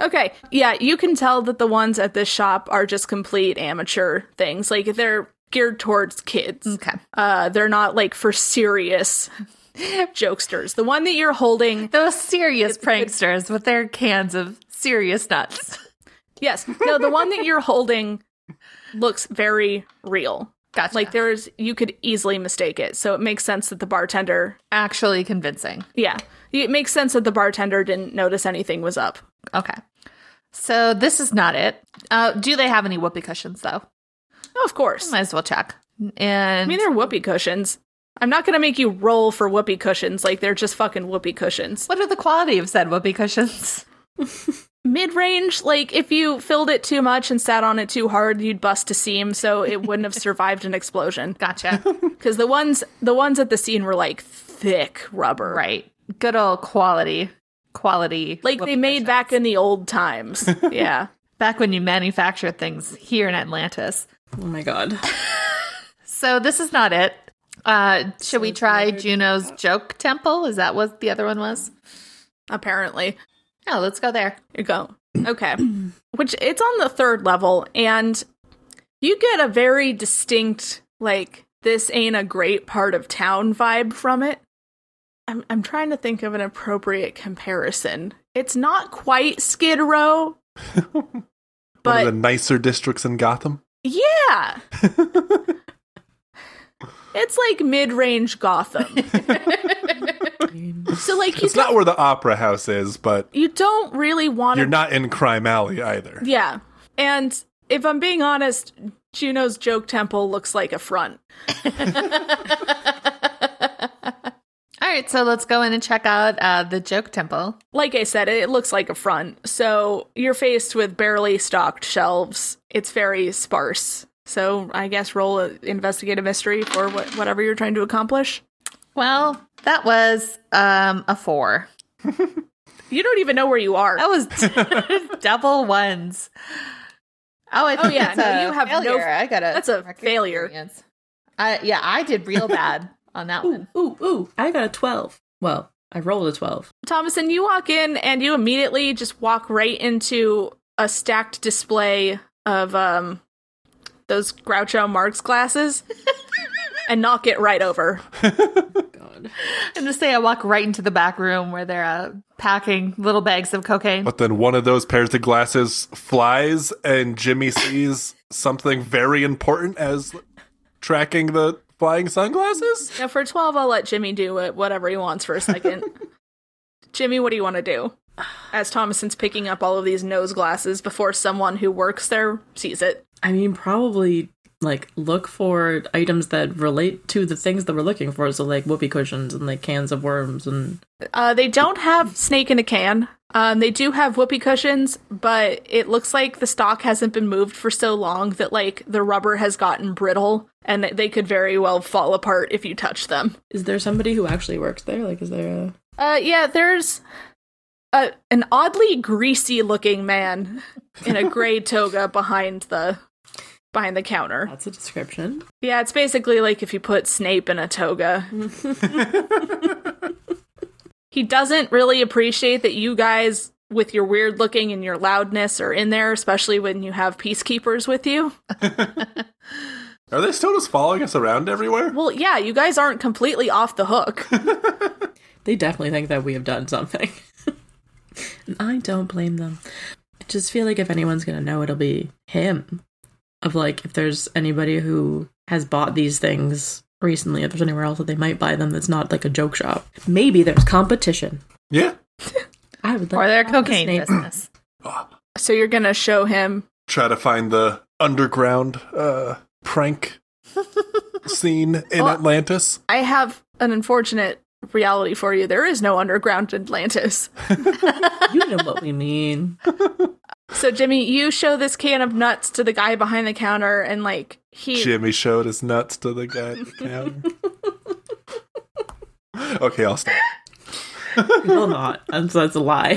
[SPEAKER 2] Okay. Yeah, you can tell that the ones at this shop are just complete amateur things. Like they're geared towards kids.
[SPEAKER 1] Okay.
[SPEAKER 2] Uh they're not like for serious jokesters. The one that you're holding
[SPEAKER 1] Those serious pranksters with their cans of serious nuts.
[SPEAKER 2] Yes. No, the one that you're holding looks very real.
[SPEAKER 1] Gotcha.
[SPEAKER 2] Like there's you could easily mistake it. So it makes sense that the bartender
[SPEAKER 1] Actually convincing.
[SPEAKER 2] yeah. It makes sense that the bartender didn't notice anything was up.
[SPEAKER 1] Okay. So this is not it. Uh, do they have any whoopee cushions though?
[SPEAKER 2] Oh, Of course.
[SPEAKER 1] Might as well check. And
[SPEAKER 2] I mean they're whoopee cushions. I'm not gonna make you roll for whoopee cushions, like they're just fucking whoopee cushions.
[SPEAKER 1] what are the quality of said whoopee cushions?
[SPEAKER 2] Mid range, like if you filled it too much and sat on it too hard, you'd bust a seam, so it wouldn't have survived an explosion.
[SPEAKER 1] Gotcha.
[SPEAKER 2] Because the ones the ones at the scene were like thick rubber.
[SPEAKER 1] right. Good old quality. Quality.
[SPEAKER 2] like they
[SPEAKER 1] whoopee
[SPEAKER 2] made
[SPEAKER 1] cushions.
[SPEAKER 2] back in the old times. yeah.
[SPEAKER 1] back when you manufacture things here in Atlantis.
[SPEAKER 3] Oh my god.
[SPEAKER 1] So this is not it. Uh, should we try Juno's joke temple? Is that what the other one was?
[SPEAKER 2] Apparently.
[SPEAKER 1] Oh, let's go there.
[SPEAKER 2] You go. Okay. Which it's on the third level and you get a very distinct like this ain't a great part of town vibe from it. I'm I'm trying to think of an appropriate comparison. It's not quite Skid Row,
[SPEAKER 4] One of
[SPEAKER 2] but
[SPEAKER 4] the nicer districts in Gotham.
[SPEAKER 2] yeah. it's like mid-range Gotham. So like you
[SPEAKER 4] It's not where the opera house is, but
[SPEAKER 2] you don't really want
[SPEAKER 4] you're
[SPEAKER 2] to
[SPEAKER 4] not in Crime Alley either.
[SPEAKER 2] Yeah. And if I'm being honest, Juno's joke temple looks like a front.
[SPEAKER 1] All right, so let's go in and check out uh, the joke temple.
[SPEAKER 2] Like I said, it looks like a front. So you're faced with barely stocked shelves. It's very sparse. So I guess roll a investigate a mystery for what, whatever you're trying to accomplish.
[SPEAKER 1] Well, that was um, a four.
[SPEAKER 2] You don't even know where you are.
[SPEAKER 1] That was double ones. Oh, I think
[SPEAKER 2] yeah,
[SPEAKER 1] that's
[SPEAKER 2] no,
[SPEAKER 1] a
[SPEAKER 2] you have no-
[SPEAKER 1] failure. I got a
[SPEAKER 2] that's a
[SPEAKER 1] mark
[SPEAKER 2] failure.
[SPEAKER 1] experience. I, yeah, I did real bad on that one.
[SPEAKER 3] Ooh, ooh, ooh. I got a 12. Well, I rolled a 12.
[SPEAKER 2] Thomason, you walk in and you immediately just walk right into a stacked display of um those Groucho Marx glasses and knock it right over.
[SPEAKER 3] God.
[SPEAKER 1] I'm just saying, I walk right into the back room where they're uh, packing little bags of cocaine.
[SPEAKER 4] But then one of those pairs of glasses flies, and Jimmy sees something very important as tracking the flying sunglasses.
[SPEAKER 2] Now, for 12, I'll let Jimmy do it, whatever he wants for a second. Jimmy, what do you want to do? As Thomason's picking up all of these nose glasses before someone who works there sees it.
[SPEAKER 3] I mean, probably like look for items that relate to the things that we're looking for. So like whoopee cushions and like cans of worms and
[SPEAKER 2] Uh, they don't have snake in a can. Um, they do have whoopee cushions, but it looks like the stock hasn't been moved for so long that like the rubber has gotten brittle and they could very well fall apart if you touch them.
[SPEAKER 3] is there somebody who actually works there? Like is there a
[SPEAKER 2] Uh, yeah, there's a, an oddly greasy looking man in a gray toga behind the behind the counter.
[SPEAKER 3] that's a description.
[SPEAKER 2] Yeah, it's basically like if you put Snape in a toga. he doesn't really appreciate that you guys with your weird looking and your loudness are in there, especially when you have peacekeepers with you.
[SPEAKER 4] Are they still just following us around everywhere?
[SPEAKER 2] Well, yeah, you guys aren't completely off the hook.
[SPEAKER 3] They definitely think that we have done something. and I don't blame them. I just feel like if anyone's gonna know it'll be him. Of like if there's anybody who has bought these things recently, if there's anywhere else that they might buy them that's not like a joke shop. Maybe there's competition.
[SPEAKER 4] Yeah.
[SPEAKER 3] I would
[SPEAKER 1] or
[SPEAKER 3] like
[SPEAKER 1] their
[SPEAKER 3] to have this
[SPEAKER 1] cocaine
[SPEAKER 3] name.
[SPEAKER 1] business.
[SPEAKER 2] So you're gonna show him.
[SPEAKER 4] Try to find the underground uh, prank scene in
[SPEAKER 2] Well-
[SPEAKER 4] Atlantis.
[SPEAKER 2] I have an unfortunate reality for you. There is no underground Atlantis.
[SPEAKER 3] You know what we mean.
[SPEAKER 2] So Jimmy, you show this can of nuts to the guy behind the counter, and like he
[SPEAKER 4] Jimmy showed his nuts to the guy. at the counter. okay, I'll stop.
[SPEAKER 3] Will not. That's, that's a lie.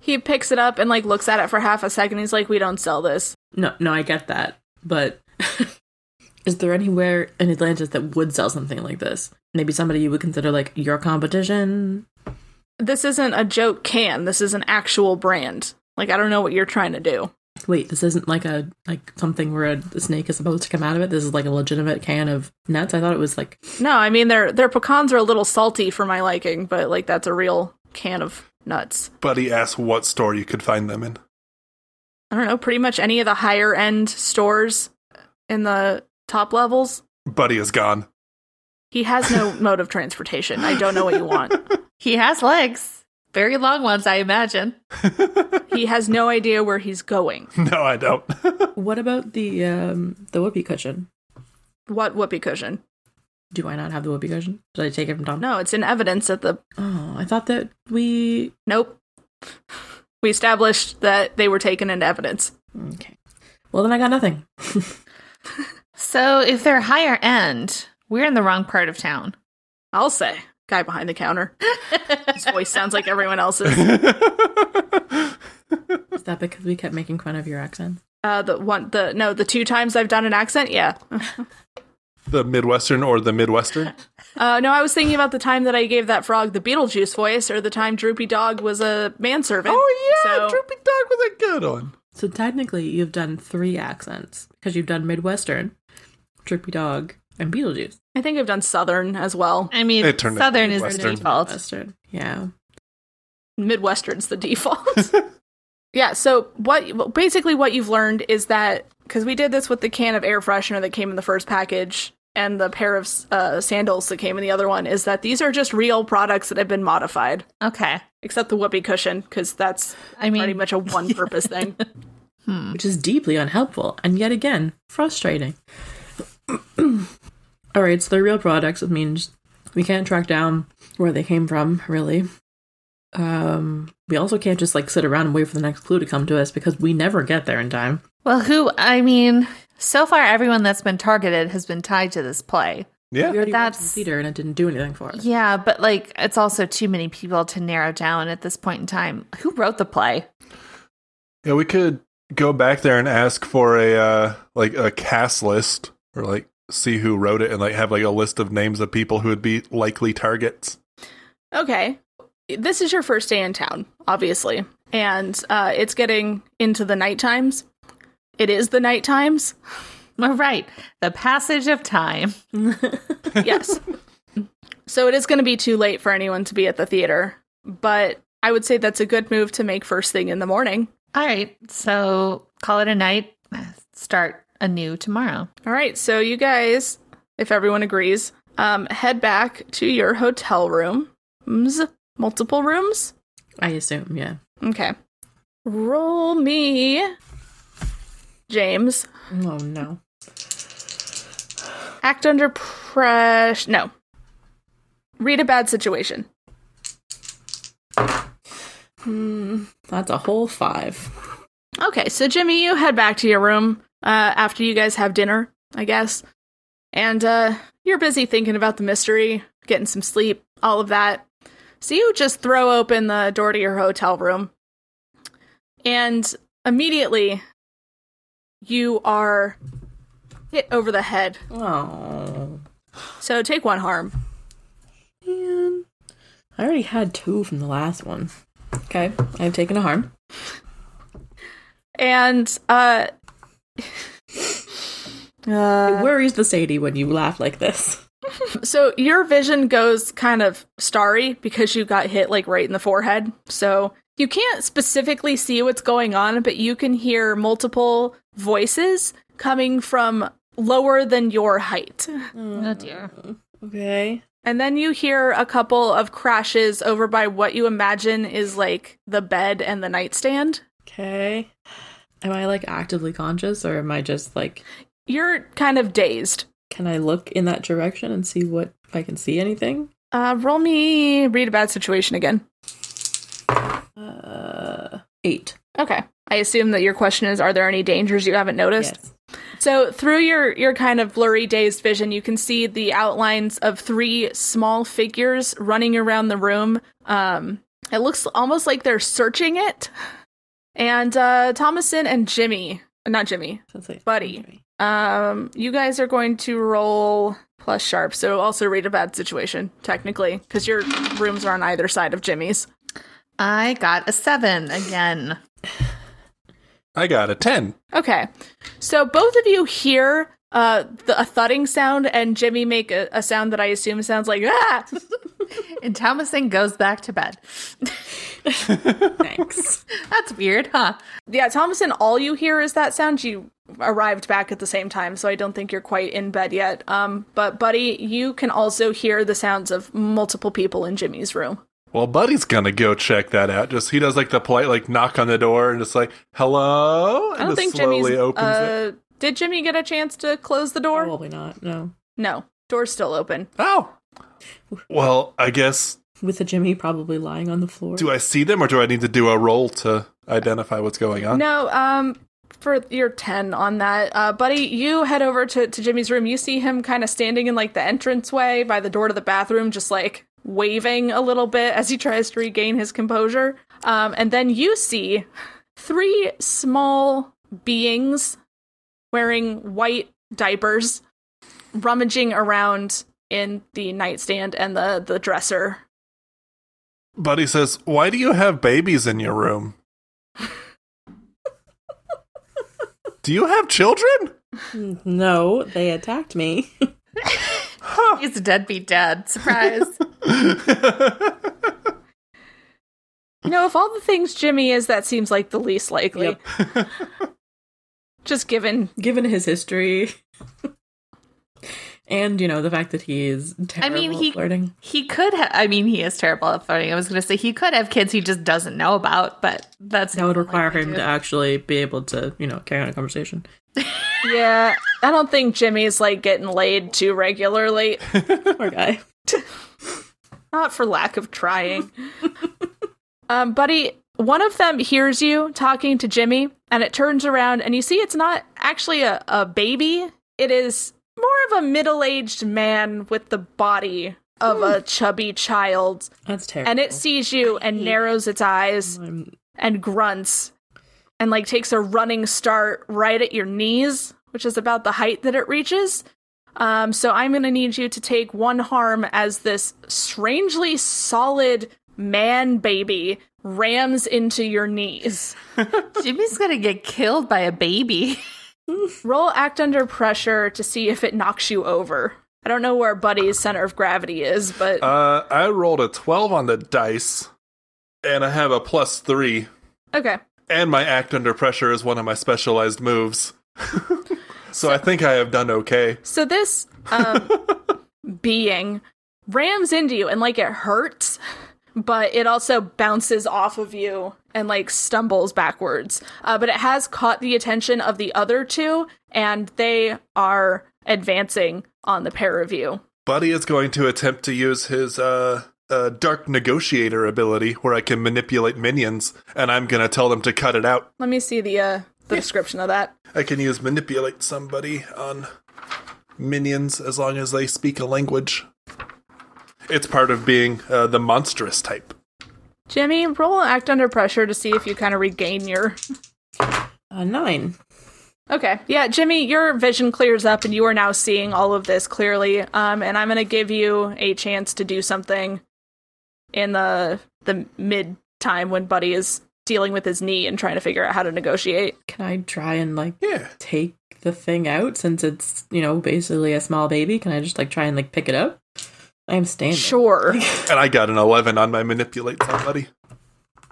[SPEAKER 2] he picks it up and like looks at it for half a second. He's like, "We don't sell this."
[SPEAKER 3] No, no, I get that. But is there anywhere in Atlantis that would sell something like this? Maybe somebody you would consider like your competition.
[SPEAKER 2] This isn't a joke can. This is an actual brand. Like I don't know what you're trying to do.
[SPEAKER 3] Wait, this isn't like a like something where a snake is supposed to come out of it. This is like a legitimate can of nuts. I thought it was like
[SPEAKER 2] No, I mean their their pecans are a little salty for my liking, but like that's a real can of nuts.
[SPEAKER 4] Buddy asked what store you could find them in.
[SPEAKER 2] I don't know, pretty much any of the higher end stores in the top levels.
[SPEAKER 4] Buddy is gone.
[SPEAKER 2] He has no mode of transportation. I don't know what you want.
[SPEAKER 1] He has legs, very long ones, I imagine.
[SPEAKER 2] He has no idea where he's going.
[SPEAKER 4] No, I don't.
[SPEAKER 3] what about the um the whoopee cushion?
[SPEAKER 2] What whoopee cushion?
[SPEAKER 3] Do I not have the whoopee cushion? Did I take it from Tom?
[SPEAKER 2] No, it's in evidence at the
[SPEAKER 3] Oh, I thought that we
[SPEAKER 2] Nope. We established that they were taken into evidence.
[SPEAKER 3] okay. Well, then I got nothing.
[SPEAKER 1] So if they're higher end, we're in the wrong part of town.
[SPEAKER 2] I'll say. Guy behind the counter. His voice sounds like everyone else's.
[SPEAKER 3] Is that because we kept making fun of your accent?
[SPEAKER 2] Uh, the one, the no, the two times I've done an accent, yeah.
[SPEAKER 4] the Midwestern or the Midwestern?
[SPEAKER 2] Uh, no, I was thinking about the time that I gave that frog the Beetlejuice voice, or the time Droopy Dog was a manservant.
[SPEAKER 4] Oh yeah,
[SPEAKER 2] So-
[SPEAKER 4] Droopy Dog with a good one.
[SPEAKER 3] So technically, you've done three accents because you've done Midwestern, Droopy Dog, and Beetlejuice.
[SPEAKER 2] I think I've done Southern as well.
[SPEAKER 1] I mean,
[SPEAKER 4] It turned out
[SPEAKER 1] southern
[SPEAKER 4] to be
[SPEAKER 1] is the
[SPEAKER 4] Western.
[SPEAKER 1] default.
[SPEAKER 3] Western, yeah.
[SPEAKER 2] Midwestern's the default. yeah. So what? Basically, what you've learned is that because we did this with the can of air freshener that came in the first package and the pair of uh, sandals that came in the other one, is that these are just real products that have been modified,
[SPEAKER 1] Okay,
[SPEAKER 2] except the whoopee cushion because that's
[SPEAKER 1] I
[SPEAKER 2] pretty
[SPEAKER 1] mean,
[SPEAKER 2] much a one-purpose thing.
[SPEAKER 3] which is deeply unhelpful and yet again frustrating. All right, so they're real products. It means we can't track down where they came from, really. Um, we also can't just like sit around and wait for the next clue to come to us because we never get there in time.
[SPEAKER 1] well, who? I mean, so far everyone that's been targeted has been tied to this play.
[SPEAKER 4] Yeah.
[SPEAKER 3] We already went to
[SPEAKER 1] That's-
[SPEAKER 3] the theater and it didn't do anything for us.
[SPEAKER 1] Yeah, but like, it's also too many people to narrow down at this point in time. Who wrote the play?
[SPEAKER 4] Yeah, we could go back there and ask for a uh like a cast list or like see who wrote it and like have like a list of names of people who would be likely targets.
[SPEAKER 2] Okay. This is your first day in town, obviously. And uh, it's getting into the night times. It is the night times.
[SPEAKER 1] All right, the passage of time.
[SPEAKER 2] Yes. so it is going to be too late for anyone to be at the theater. But I would say that's a good move to make first thing in the morning.
[SPEAKER 1] All right, so call it a night. Start anew tomorrow.
[SPEAKER 2] All right. So you guys, if everyone agrees, um, head back to your hotel room. Ms. Multiple rooms.
[SPEAKER 3] I assume, yeah.
[SPEAKER 2] Okay. Roll me, James.
[SPEAKER 3] Oh no.
[SPEAKER 2] Act under pressure. No. Read a bad situation.
[SPEAKER 3] That's a whole five.
[SPEAKER 2] Okay, so Jimmy, you head back to your room uh, after you guys have dinner, I guess. And uh, you're busy thinking about the mystery, getting some sleep, all of that. So you just throw open the door to your hotel room. And immediately, you are hit over the head.
[SPEAKER 3] Oh.
[SPEAKER 2] So take one harm.
[SPEAKER 3] Man. I already had two from the last one. Okay, I've taken a harm.
[SPEAKER 2] And uh,
[SPEAKER 3] it worries the Sadie when you laugh like this.
[SPEAKER 2] So your vision goes kind of starry because you got hit like right in the forehead. So you can't specifically see what's going on, but you can hear multiple voices
[SPEAKER 1] Mm.
[SPEAKER 2] coming from lower than your height.
[SPEAKER 1] Oh dear.
[SPEAKER 3] Okay.
[SPEAKER 2] And then you hear a couple of crashes over by what you imagine is like the bed and the nightstand.
[SPEAKER 3] Okay. Am I like actively conscious or am I just like
[SPEAKER 2] You're kind of dazed.
[SPEAKER 3] can I look in that direction and see what if I can see anything?
[SPEAKER 2] Uh, roll me read a bad situation again.
[SPEAKER 3] Uh 8.
[SPEAKER 2] Okay. I assume that your question is are there any dangers you haven't noticed?
[SPEAKER 3] Yes.
[SPEAKER 2] So through your your kind of blurry dazed vision, you can see the outlines of three small figures running around the room. Um, it looks almost like they're searching it. And uh, Thomason and Jimmy, not Jimmy,
[SPEAKER 3] Sounds like-
[SPEAKER 2] Buddy. um, you guys are going to roll plus sharp. So also read a bad situation technically because your rooms are on either side of Jimmy's.
[SPEAKER 1] I got a seven again.
[SPEAKER 4] I got a 10.
[SPEAKER 2] Okay. So both of you hear uh, the, a thudding sound, and Jimmy make a, a sound that I assume sounds like ah.
[SPEAKER 1] And Thomason goes back to bed.
[SPEAKER 3] Thanks.
[SPEAKER 1] That's weird, huh?
[SPEAKER 2] Yeah, Thomason. All you hear is that sound. You arrived back at the same time, so I don't think you're quite in bed yet. Um, but Buddy, you can also hear the sounds of multiple people in Jimmy's room.
[SPEAKER 4] Well, Buddy's gonna go check that out. Just he does like the polite like knock on the door and just like hello, and
[SPEAKER 2] I don't
[SPEAKER 4] just
[SPEAKER 2] think
[SPEAKER 4] slowly
[SPEAKER 2] Jimmy's.
[SPEAKER 4] opens it.
[SPEAKER 2] uh, Did Jimmy get a chance to close the door?
[SPEAKER 3] Probably not. No.
[SPEAKER 2] No, door's still open.
[SPEAKER 4] Oh, well, I guess.
[SPEAKER 3] With a Jimmy probably lying on the floor.
[SPEAKER 4] Do I see them or do I need to do a roll to identify what's going on?
[SPEAKER 2] No, um, for your 10 on that, uh, buddy, you head over to, to Jimmy's room. You see him kind of standing in like the entranceway by the door to the bathroom, just like waving a little bit as he tries to regain his composure. Um, and then you see three small beings wearing white diapers rummaging around in the nightstand and the, the dresser.
[SPEAKER 4] Buddy says, "Why do you have babies in your room? do you have children?"
[SPEAKER 3] Mm, No, they attacked me.
[SPEAKER 1] He's a deadbeat dad. Surprise.
[SPEAKER 2] You know, of all the things Jimmy is, that seems like the least likely.
[SPEAKER 3] Yep.
[SPEAKER 2] Just given
[SPEAKER 3] Given his history. and, you know, the fact that he is terrible I mean,
[SPEAKER 1] he-
[SPEAKER 3] he- flirting.
[SPEAKER 1] he could ha- I mean, he is terrible at flirting. I was going to say he could have kids he just doesn't know about, but that's
[SPEAKER 3] That would require
[SPEAKER 1] unlikely
[SPEAKER 3] him to actually be able to, you know, carry on a conversation.
[SPEAKER 2] Yeah, I don't think Jimmy's like getting laid too regularly.
[SPEAKER 3] Poor guy.
[SPEAKER 2] Not for lack of trying. um, buddy, one of them hears you talking to Jimmy, and it turns around, and you see it's not actually a, a baby. It is more of a middle aged man with the body of a chubby child,
[SPEAKER 3] That's terrible.
[SPEAKER 2] and it sees you and narrows its eyes
[SPEAKER 3] Oh, I'm-
[SPEAKER 2] and grunts and like takes a running start right at your knees, which is about the height that it reaches. Um, so I'm going to need you to take one harm as this strangely solid man baby rams into your knees.
[SPEAKER 1] Jimmy's going to get killed by a baby.
[SPEAKER 2] Roll act under pressure to see if it knocks you over. I don't know where Buddy's center of gravity is, but
[SPEAKER 4] uh, I rolled a twelve on the dice, and I have a plus three.
[SPEAKER 2] okay.
[SPEAKER 4] and my act under pressure is one of my specialized moves. so, I think I have done okay.
[SPEAKER 2] So this um, being rams into you and like it hurts, but it also bounces off of you and like stumbles backwards. Uh, but it has caught the attention of the other two, and they are advancing on the pair of you.
[SPEAKER 4] Buddy is going to attempt to use his uh, uh, dark negotiator ability, where I can manipulate minions, and I'm going to tell them to cut it out.
[SPEAKER 2] Let me see the uh, the description of that.
[SPEAKER 4] I can use manipulate somebody on minions as long as they speak a language. It's part of being uh, the monstrous type.
[SPEAKER 2] Jimmy, roll and act under pressure to see if you kind of regain your
[SPEAKER 3] uh, nine.
[SPEAKER 2] Okay. Yeah, Jimmy, your vision clears up and you are now seeing all of this clearly. Um, and I'm going to give you a chance to do something in the the mid time when Buddy is dealing with his knee and trying to figure out how to negotiate.
[SPEAKER 3] Can I try and like
[SPEAKER 4] Yeah.
[SPEAKER 3] take the thing out since it's you know basically a small baby? Can I just like try and like pick it up? I'm standing.
[SPEAKER 2] Sure.
[SPEAKER 4] And I got an 11 on my manipulate somebody,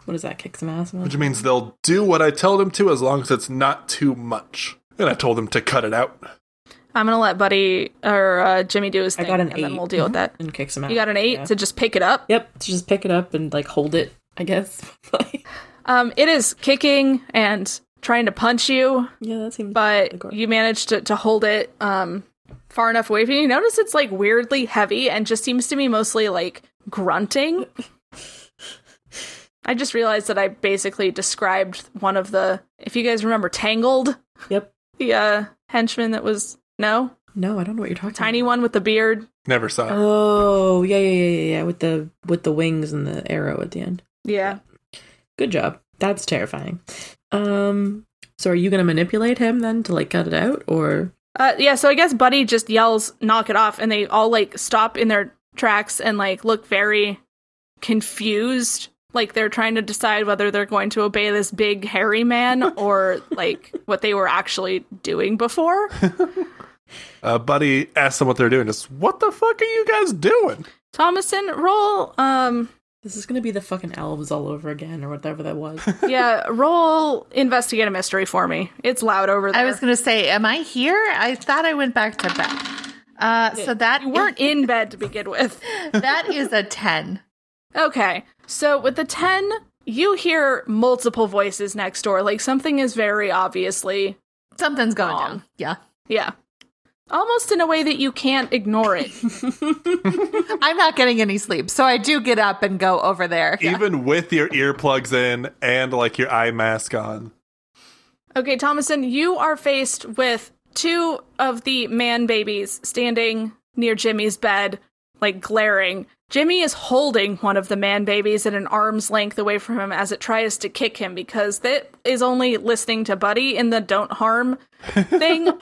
[SPEAKER 3] What does that kick some ass?
[SPEAKER 4] which means they'll do what I tell them to as long as it's not too much. And I told them to cut it out.
[SPEAKER 2] I'm gonna let Buddy or uh, Jimmy do his
[SPEAKER 3] I
[SPEAKER 2] thing,
[SPEAKER 3] got an
[SPEAKER 2] and then
[SPEAKER 3] eight.
[SPEAKER 2] we'll deal with that.
[SPEAKER 3] and kicks him out.
[SPEAKER 2] You got an eight
[SPEAKER 3] Yeah.
[SPEAKER 2] to just pick it up.
[SPEAKER 3] Yep, to just pick it up and like hold it, I guess. Like,
[SPEAKER 2] Um, it is kicking and trying to punch you,
[SPEAKER 3] yeah, that seems Of
[SPEAKER 2] but
[SPEAKER 3] course.
[SPEAKER 2] you manage to, to hold it um far enough away. But you notice it's like weirdly heavy and just seems to be mostly like grunting. I just realized that I basically described one of the if you guys remember Tangled,
[SPEAKER 3] Yep.
[SPEAKER 2] the uh henchman that was no
[SPEAKER 3] No, I don't know what you're talking
[SPEAKER 2] tiny one with the beard.
[SPEAKER 4] Never saw it.
[SPEAKER 3] about. Oh, yeah, yeah, yeah, yeah, yeah, with the with the wings and the arrow at the end.
[SPEAKER 2] Yeah.
[SPEAKER 3] Good job. That's terrifying. Um so are you going to manipulate him then to like cut it out or
[SPEAKER 2] Uh, yeah, so I guess Buddy just yells, knock it off, and they all like stop in their tracks and like look very confused. Like they're trying to decide whether they're going to obey this big hairy man or like what they were actually doing before.
[SPEAKER 4] Uh, buddy asks them what they're doing. Just what the fuck are you guys doing?
[SPEAKER 2] Thomason, roll um
[SPEAKER 3] this is going to be the fucking elves all over again or whatever that was.
[SPEAKER 2] yeah, roll investigate a mystery for me. It's loud over there.
[SPEAKER 1] I was gonna say, am I here? I thought I went back to bed. Uh, so that
[SPEAKER 2] you weren't in bed to begin with.
[SPEAKER 1] that is a ten.
[SPEAKER 2] Okay. So with the 10, you hear multiple voices next door. Like something is very obviously
[SPEAKER 1] Something's going
[SPEAKER 2] Wrong.
[SPEAKER 1] down. Yeah,
[SPEAKER 2] Yeah. Almost in a way that you can't ignore it.
[SPEAKER 1] I'm not getting any sleep, so I do get up and go over there.
[SPEAKER 4] Even with your earplugs in and like your eye mask on.
[SPEAKER 2] okay, Thomason, you are faced with two of the man babies standing near Jimmy's bed, like glaring. Jimmy is holding one of the man babies at an arm's length away from him as it tries to kick him because that is only listening to Buddy in the don't harm thing.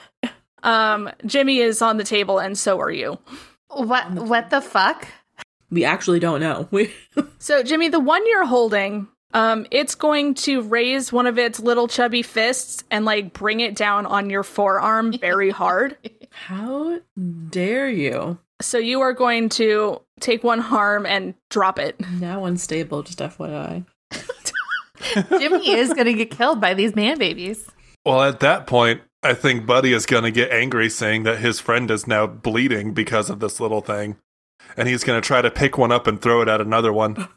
[SPEAKER 2] um, Jimmy is on the table, and so are you.
[SPEAKER 1] What? What the fuck?
[SPEAKER 3] we actually don't know. We
[SPEAKER 2] So, Jimmy, the one you're holding, um, it's going to raise one of its little chubby fists and like bring it down on your forearm very hard.
[SPEAKER 3] How dare you?
[SPEAKER 2] so you are going to take one harm and drop it.
[SPEAKER 3] Now unstable just FYI.
[SPEAKER 1] Jimmy is gonna get killed by these man babies.
[SPEAKER 4] Well, at that point, I think Buddy is going to get angry saying that his friend is now bleeding because of this little thing. And he's going to try to pick one up and throw it at another one.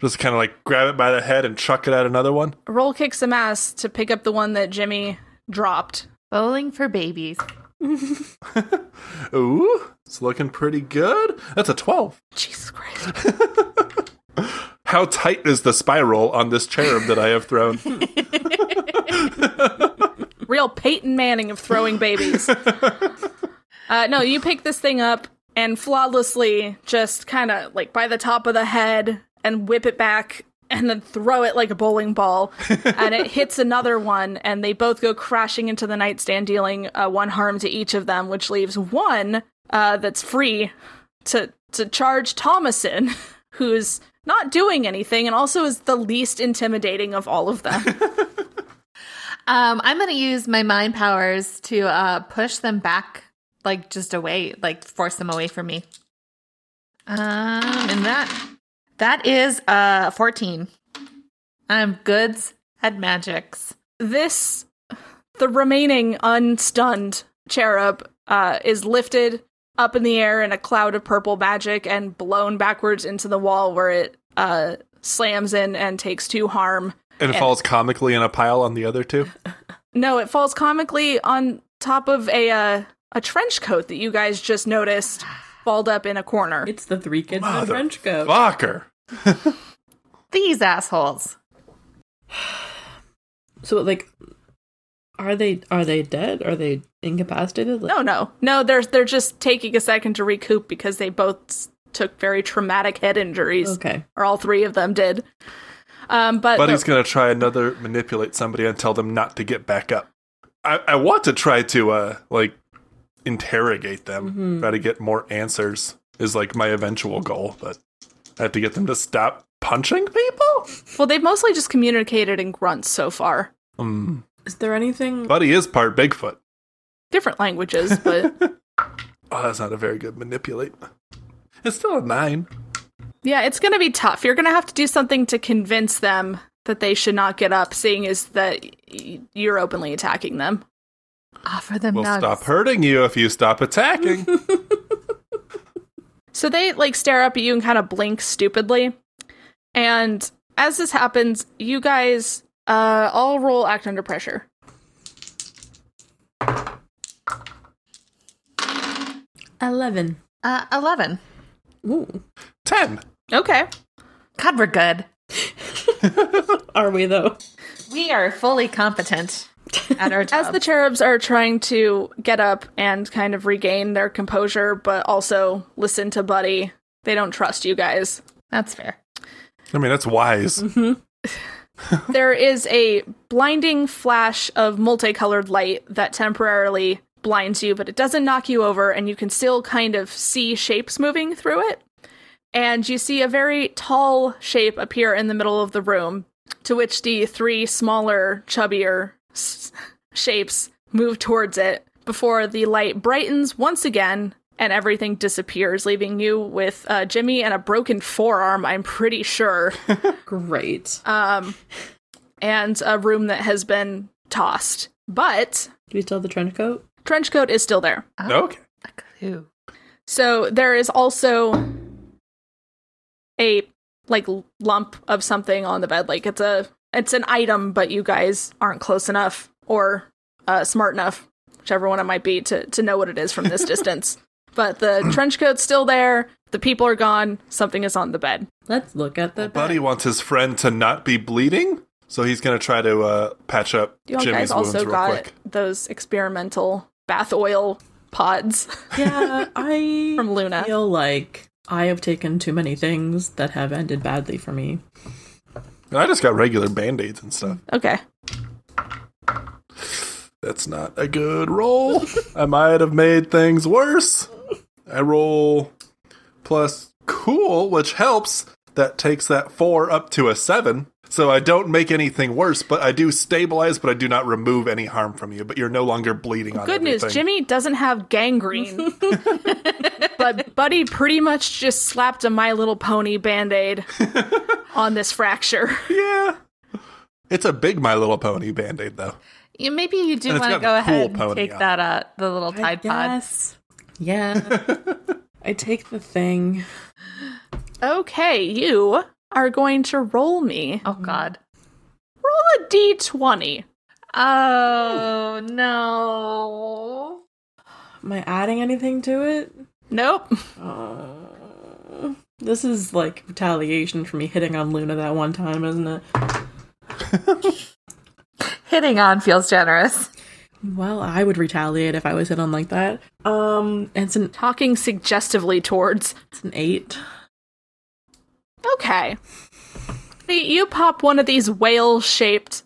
[SPEAKER 4] Just kind of like grab it by the head and chuck it at another one.
[SPEAKER 2] Roll kick some ass to pick up the one that Jimmy dropped.
[SPEAKER 1] Bowling for babies.
[SPEAKER 4] Ooh, it's looking pretty good. That's a 12.
[SPEAKER 2] Jesus Christ.
[SPEAKER 4] How tight is the spiral on this cherub that I have thrown?
[SPEAKER 2] real Peyton Manning of throwing babies. uh, no, you pick this thing up and flawlessly just kind of like by the top of the head and whip it back and then throw it like a bowling ball and it hits another one and they both go crashing into the nightstand dealing uh, one harm to each of them which leaves one uh, that's free to to charge thomason who's not doing anything and also is the least intimidating of all of them
[SPEAKER 1] Um, I'm gonna use my mind powers to uh, push them back, like just away, like force them away from me. Um, and that that is uh 14. I'm goods at magics.
[SPEAKER 2] this the remaining unstunned cherub uh, is lifted up in the air in a cloud of purple magic and blown backwards into the wall where it uh, slams in and takes two harm
[SPEAKER 4] and falls comically in a pile on the other two.
[SPEAKER 2] no it falls comically on top of a uh, a trench coat that you guys just noticed balled up in a corner
[SPEAKER 3] It's the three kids in a trench coat.
[SPEAKER 4] Fucker.
[SPEAKER 1] These assholes.
[SPEAKER 3] So like are they are they dead? Are they incapacitated? Like,
[SPEAKER 2] no no no they're they're just taking a second to recoup because they both s- took very traumatic head injuries
[SPEAKER 3] Okay.
[SPEAKER 2] or all three of them did um, but
[SPEAKER 4] Buddy's going to try another manipulate somebody and tell them not to get back up. I, I want to try to uh like interrogate them, try to get more answers is like my eventual goal, but I have to get them to stop punching people.
[SPEAKER 2] Well, they've mostly just communicated in grunts so far.
[SPEAKER 4] Mm.
[SPEAKER 3] Is there anything
[SPEAKER 4] Buddy is part Bigfoot.
[SPEAKER 2] Different languages, but
[SPEAKER 4] Oh, that's not a very good manipulate. It's still a nine.
[SPEAKER 2] yeah, it's going to be tough. You're going to have to do something to convince them that they should not get up, seeing as that y- you're openly attacking them.
[SPEAKER 1] Offer them
[SPEAKER 4] We'll
[SPEAKER 1] nugs.
[SPEAKER 4] stop hurting you if you stop attacking.
[SPEAKER 2] So they like stare up at you and kind of blink stupidly. And as this happens, you guys uh, all roll act under pressure.
[SPEAKER 3] Eleven.
[SPEAKER 1] Uh, Eleven.
[SPEAKER 3] Ooh.
[SPEAKER 4] Ten.
[SPEAKER 2] Okay.
[SPEAKER 1] God, we're good.
[SPEAKER 3] Are we though?
[SPEAKER 1] We are fully competent at our job.
[SPEAKER 2] As the cherubs are trying to get up and kind of regain their composure, but also listen to Buddy, they don't trust you guys.
[SPEAKER 1] That's fair.
[SPEAKER 4] I mean, that's wise.
[SPEAKER 2] there is a blinding flash of multicolored light that temporarily blinds you, but it doesn't knock you over, and you can still kind of see shapes moving through it. And you see a very tall shape appear in the middle of the room, to which the three smaller, chubbier s- shapes move towards it before the light brightens once again and everything disappears, leaving you with uh, Jimmy and a broken forearm, I'm pretty sure
[SPEAKER 3] Great.
[SPEAKER 2] um, and a room that has been tossed. But
[SPEAKER 3] Do we still have the trench coat?
[SPEAKER 2] Trenchcoat is still there.
[SPEAKER 4] Okay.
[SPEAKER 1] A clue.
[SPEAKER 2] So there is also a like lump of something on the bed. Like it's a it's an item, but you guys aren't close enough or uh, smart enough, whichever one it might be, to to know what it is from this distance. But the trench coat's still there. The people are gone. Something is on the bed.
[SPEAKER 3] Let's look at the
[SPEAKER 4] Buddy wants his friend to not be bleeding, so he's going to try to uh, patch up
[SPEAKER 2] You guys
[SPEAKER 4] Jimmy's wounds
[SPEAKER 2] also
[SPEAKER 4] real
[SPEAKER 2] got
[SPEAKER 4] quick.
[SPEAKER 2] those experimental bath oil pods.
[SPEAKER 3] Yeah, I
[SPEAKER 2] From Luna.
[SPEAKER 3] feel like I have taken too many things that have ended badly for me.
[SPEAKER 4] And I just got regular band aids and stuff.
[SPEAKER 2] Okay.
[SPEAKER 4] That's not a good roll. I might have made things worse. I roll plus cool, which helps. That takes that four up to a seven. So I don't make anything worse, but I do stabilize, but I do not remove any harm from you. But you're no longer bleeding on
[SPEAKER 2] Good news,
[SPEAKER 4] everything.
[SPEAKER 2] Jimmy doesn't have gangrene. but Buddy pretty much just slapped a My Little Pony band aid on this fracture.
[SPEAKER 4] Yeah. It's a big My Little Pony band aid, though.
[SPEAKER 1] You, maybe you do
[SPEAKER 4] And it's
[SPEAKER 1] want to
[SPEAKER 4] got
[SPEAKER 1] go
[SPEAKER 4] the cool
[SPEAKER 1] ahead and
[SPEAKER 4] pony
[SPEAKER 1] take
[SPEAKER 4] on it.
[SPEAKER 1] that uh, the little Tide Pod.
[SPEAKER 3] Yes. Yeah. I take the thing.
[SPEAKER 2] Okay, you are going to roll me.
[SPEAKER 1] Oh God.
[SPEAKER 2] Roll a d20.
[SPEAKER 1] Oh no.
[SPEAKER 3] Am I adding anything to it?
[SPEAKER 2] Nope.
[SPEAKER 3] Oh. This is like retaliation for me hitting on Luna that one time, isn't it?
[SPEAKER 1] Hitting on feels generous.
[SPEAKER 3] Well, I would retaliate if I was hit on like that. Um, it's an
[SPEAKER 2] Talking suggestively towards.
[SPEAKER 3] it's an eight.
[SPEAKER 2] Okay. See, You pop one of these whale shaped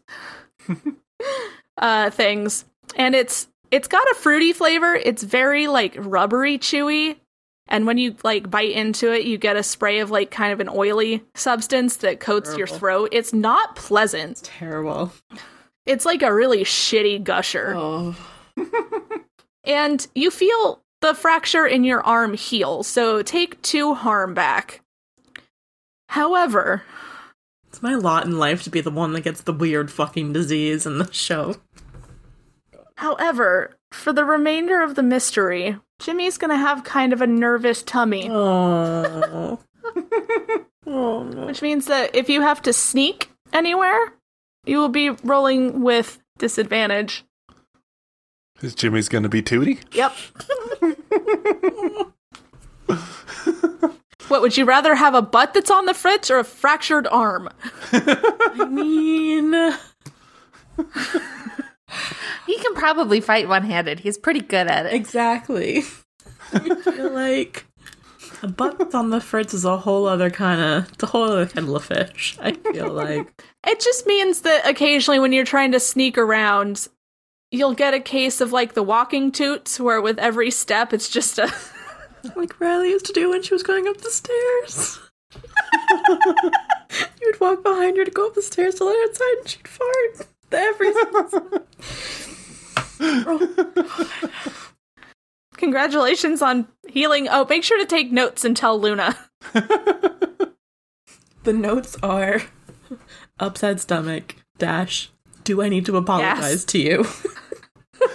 [SPEAKER 2] uh, things, and it's it's got a fruity flavor. It's very like rubbery, chewy, and when you like bite into it, you get a spray of like kind of an oily substance that coats your
[SPEAKER 3] Terrible.
[SPEAKER 2] throat. It's not pleasant.
[SPEAKER 3] Terrible.
[SPEAKER 2] It's like a really shitty gusher,
[SPEAKER 3] Oh,
[SPEAKER 2] and you feel the fracture in your arm heal. So take two harm back. However,
[SPEAKER 3] it's my lot in life to be the one that gets the weird fucking disease in the show.
[SPEAKER 2] However, for the remainder of the mystery, Jimmy's gonna have kind of a nervous tummy,
[SPEAKER 3] Oh. oh no.
[SPEAKER 2] which means that if you have to sneak anywhere, you will be rolling with disadvantage.
[SPEAKER 4] Is Jimmy's going to be Tootie?
[SPEAKER 2] Yep. what would you rather have a butt that's on the fritz or a fractured arm?
[SPEAKER 3] I mean,
[SPEAKER 1] He can probably fight one handed. He's pretty good at it.
[SPEAKER 3] exactly. I feel like a butt on the fritz is a whole other kind of, it's a whole other kettle of fish. I feel like.
[SPEAKER 2] It just means that occasionally when you're trying to sneak around, you'll get a case of like the walking toots where with every step it's just a
[SPEAKER 3] like Riley used to do when she was going up the stairs. you would walk behind her to go up the stairs to let her outside, and she'd fart. Every
[SPEAKER 2] Congratulations on healing. Oh, make sure to take notes and tell Luna.
[SPEAKER 3] the notes are upset stomach dash. Do I need to apologize
[SPEAKER 2] Yes.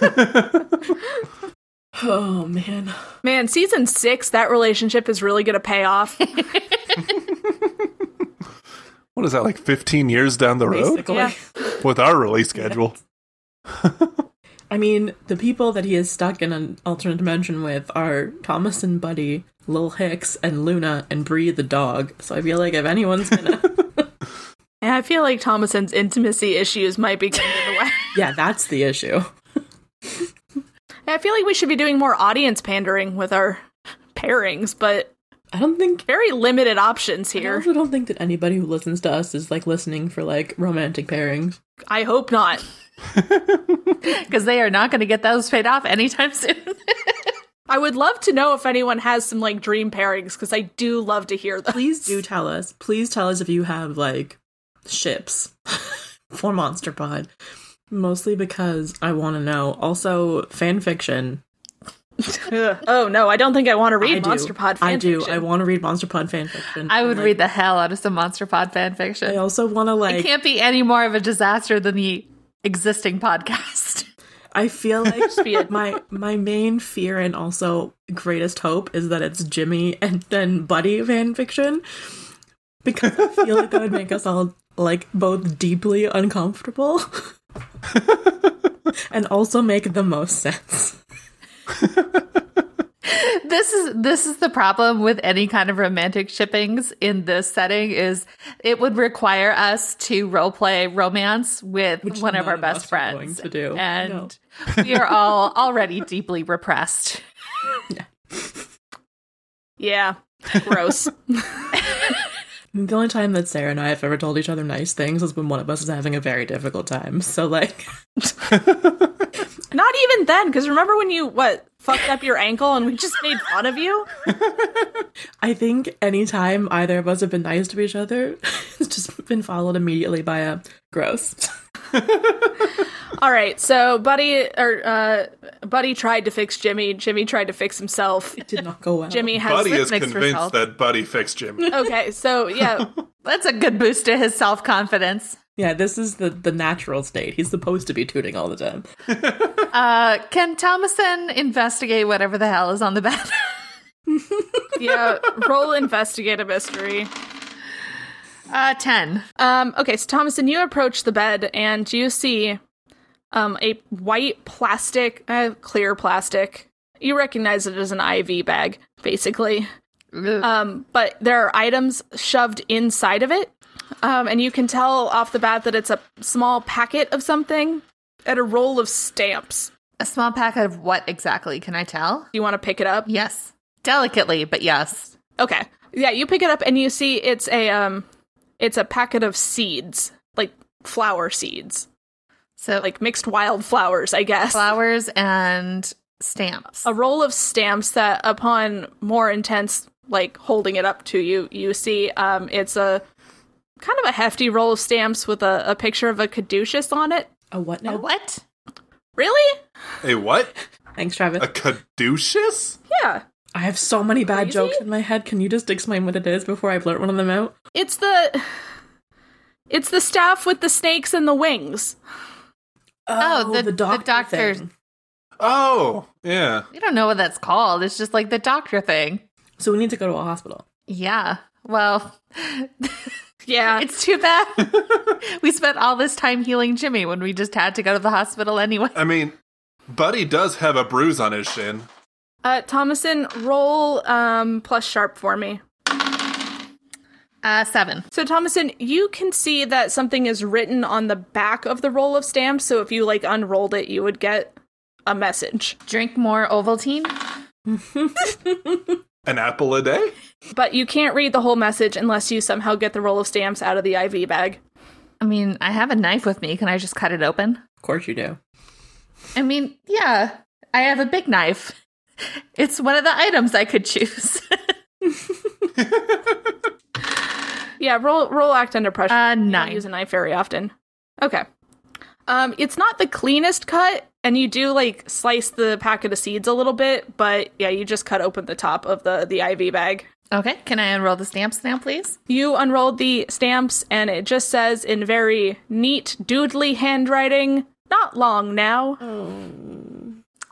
[SPEAKER 3] to you? Oh man.
[SPEAKER 2] Man, season six, that relationship is really gonna pay off.
[SPEAKER 4] what is that, like 15 years down the road?
[SPEAKER 3] Basically.
[SPEAKER 2] Yeah.
[SPEAKER 4] With our release schedule.
[SPEAKER 3] I mean, the people that he is stuck in an alternate dimension with are Thomas and Buddy, Lil Hicks, and Luna, and Bree the dog. So I feel like if anyone's gonna,
[SPEAKER 2] and I feel like Thomason's intimacy issues might be getting in the way.
[SPEAKER 3] yeah, that's the issue.
[SPEAKER 2] I feel like we should be doing more audience pandering with our pairings, but
[SPEAKER 3] I don't think.
[SPEAKER 2] very limited options
[SPEAKER 3] I
[SPEAKER 2] here.
[SPEAKER 3] also don't think that anybody who listens to us is like listening for like romantic pairings.
[SPEAKER 2] I hope not.
[SPEAKER 1] because they are not going to get those paid off anytime soon.
[SPEAKER 2] I would love to know if anyone has some like dream pairings because I do love to hear them.
[SPEAKER 3] Please do tell us. Please tell us if you have like ships for Monster Pod. Mostly because I want to know. Also, fan fiction.
[SPEAKER 2] Ugh. oh no, I don't think I want to read
[SPEAKER 3] I do.
[SPEAKER 2] Monster Pod.
[SPEAKER 3] I
[SPEAKER 2] fan
[SPEAKER 3] do.
[SPEAKER 2] fiction.
[SPEAKER 3] I want to read Monster Pod fan fiction.
[SPEAKER 1] I would
[SPEAKER 3] Like,
[SPEAKER 1] read the hell out of some Monster Pod fan fiction.
[SPEAKER 3] I also want to
[SPEAKER 1] it
[SPEAKER 3] like.
[SPEAKER 1] can't be any more of a disaster than the existing podcast.
[SPEAKER 3] I feel
[SPEAKER 2] be a-
[SPEAKER 3] like my my main fear and also greatest hope is that it's Jimmy and then Buddy fan fiction because I feel like that would make us all like both deeply uncomfortable and also make the most sense.
[SPEAKER 1] this is this is the problem with any kind of romantic shippings in this setting is it would require us to role play romance with
[SPEAKER 3] Which
[SPEAKER 1] one of
[SPEAKER 3] none
[SPEAKER 1] our
[SPEAKER 3] of
[SPEAKER 1] best
[SPEAKER 3] us are going
[SPEAKER 1] friends
[SPEAKER 3] to do.
[SPEAKER 1] and
[SPEAKER 3] No.
[SPEAKER 1] we are all already deeply repressed
[SPEAKER 2] Yeah, gross.
[SPEAKER 3] The only time that Sarah and I have ever told each other nice things is when one of us is having a very difficult time. So like
[SPEAKER 2] Not even then, because remember when you what fucked up your ankle and we just made fun of you?
[SPEAKER 3] I think anytime either of us have been nice to each other, it's just been followed immediately by a gross.
[SPEAKER 2] All right, so Buddy or uh, Buddy tried to fix Jimmy. Jimmy tried to fix himself.
[SPEAKER 3] Did not go well.
[SPEAKER 2] Jimmy has
[SPEAKER 4] Buddy is
[SPEAKER 1] mixed
[SPEAKER 4] convinced
[SPEAKER 1] results.
[SPEAKER 4] that Buddy fixed Jimmy.
[SPEAKER 2] okay. So yeah,
[SPEAKER 1] that's a good boost to his self-confidence
[SPEAKER 3] Yeah, this is the the natural state. He's supposed to be tooting all the time.
[SPEAKER 1] uh can thomason investigate whatever the hell is on the bed
[SPEAKER 2] yeah. Roll investigate a mystery.
[SPEAKER 1] uh 10
[SPEAKER 2] Um, okay, so Thomason, you approach the bed and you see um, a white plastic, uh, clear plastic. You recognize it as an IV bag, basically. Um, but there are items shoved inside of it. Um, and you can tell off the bat that it's a small packet of something and a roll of stamps.
[SPEAKER 1] a small packet of what exactly can i tell
[SPEAKER 2] Do you want to pick it up?
[SPEAKER 1] yes delicately but yes
[SPEAKER 2] Okay. Yeah, you pick it up and you see it's a um it's a packet of seeds, like flower seeds,
[SPEAKER 1] so
[SPEAKER 2] like mixed wildflowers, I guess.
[SPEAKER 1] flowers and stamps.
[SPEAKER 2] a roll of stamps that upon more intense like holding it up to you you see um it's a kind of a hefty roll of stamps with a, a picture of a caduceus on it
[SPEAKER 3] A what now?
[SPEAKER 1] A what?
[SPEAKER 2] really
[SPEAKER 4] A what?
[SPEAKER 3] Thanks, Travis.
[SPEAKER 4] A caduceus?
[SPEAKER 2] yeah
[SPEAKER 3] I have so many bad
[SPEAKER 2] Crazy?
[SPEAKER 3] jokes in my head. Can you just explain what it is before I blurt one of them out?
[SPEAKER 2] it's the it's the staff with the snakes and the wings
[SPEAKER 1] Oh, the- the doctor-
[SPEAKER 3] thing.
[SPEAKER 4] Oh, yeah.
[SPEAKER 1] We don't know what that's called. It's just like the doctor thing.
[SPEAKER 3] So we need to go to a hospital.
[SPEAKER 1] Yeah. Well,
[SPEAKER 2] yeah
[SPEAKER 1] it's too bad. we spent all this time healing Jimmy when we just had to go to the hospital anyway.
[SPEAKER 4] I mean, Buddy does have a bruise on his shin.
[SPEAKER 2] uh thomason roll um plus sharp for me
[SPEAKER 1] Uh, seven.
[SPEAKER 2] So, Thomason, you can see that something is written on the back of the roll of stamps. So, if you like unrolled it, you would get a message.
[SPEAKER 1] Drink more Ovaltine.
[SPEAKER 4] An apple a day?
[SPEAKER 2] But you can't read the whole message unless you somehow get the roll of stamps out of the IV bag.
[SPEAKER 1] I mean, I have a knife with me. Can I just cut it open?
[SPEAKER 3] Of course you do.
[SPEAKER 1] I mean, yeah, I have a big knife. It's one of the items I could choose.
[SPEAKER 2] Yeah, roll roll act under pressure.
[SPEAKER 1] Uh,
[SPEAKER 2] You don't
[SPEAKER 1] nine.
[SPEAKER 2] Use a knife very often. Okay. Um, it's not the cleanest cut, and you do like slice the packet of seeds a little bit, but yeah, you just cut open the top of the the IV bag.
[SPEAKER 1] okay. Can I unroll the stamps now, please?
[SPEAKER 2] You unrolled the stamps, and it just says in very neat, doodly handwriting, not long now.
[SPEAKER 3] Oh.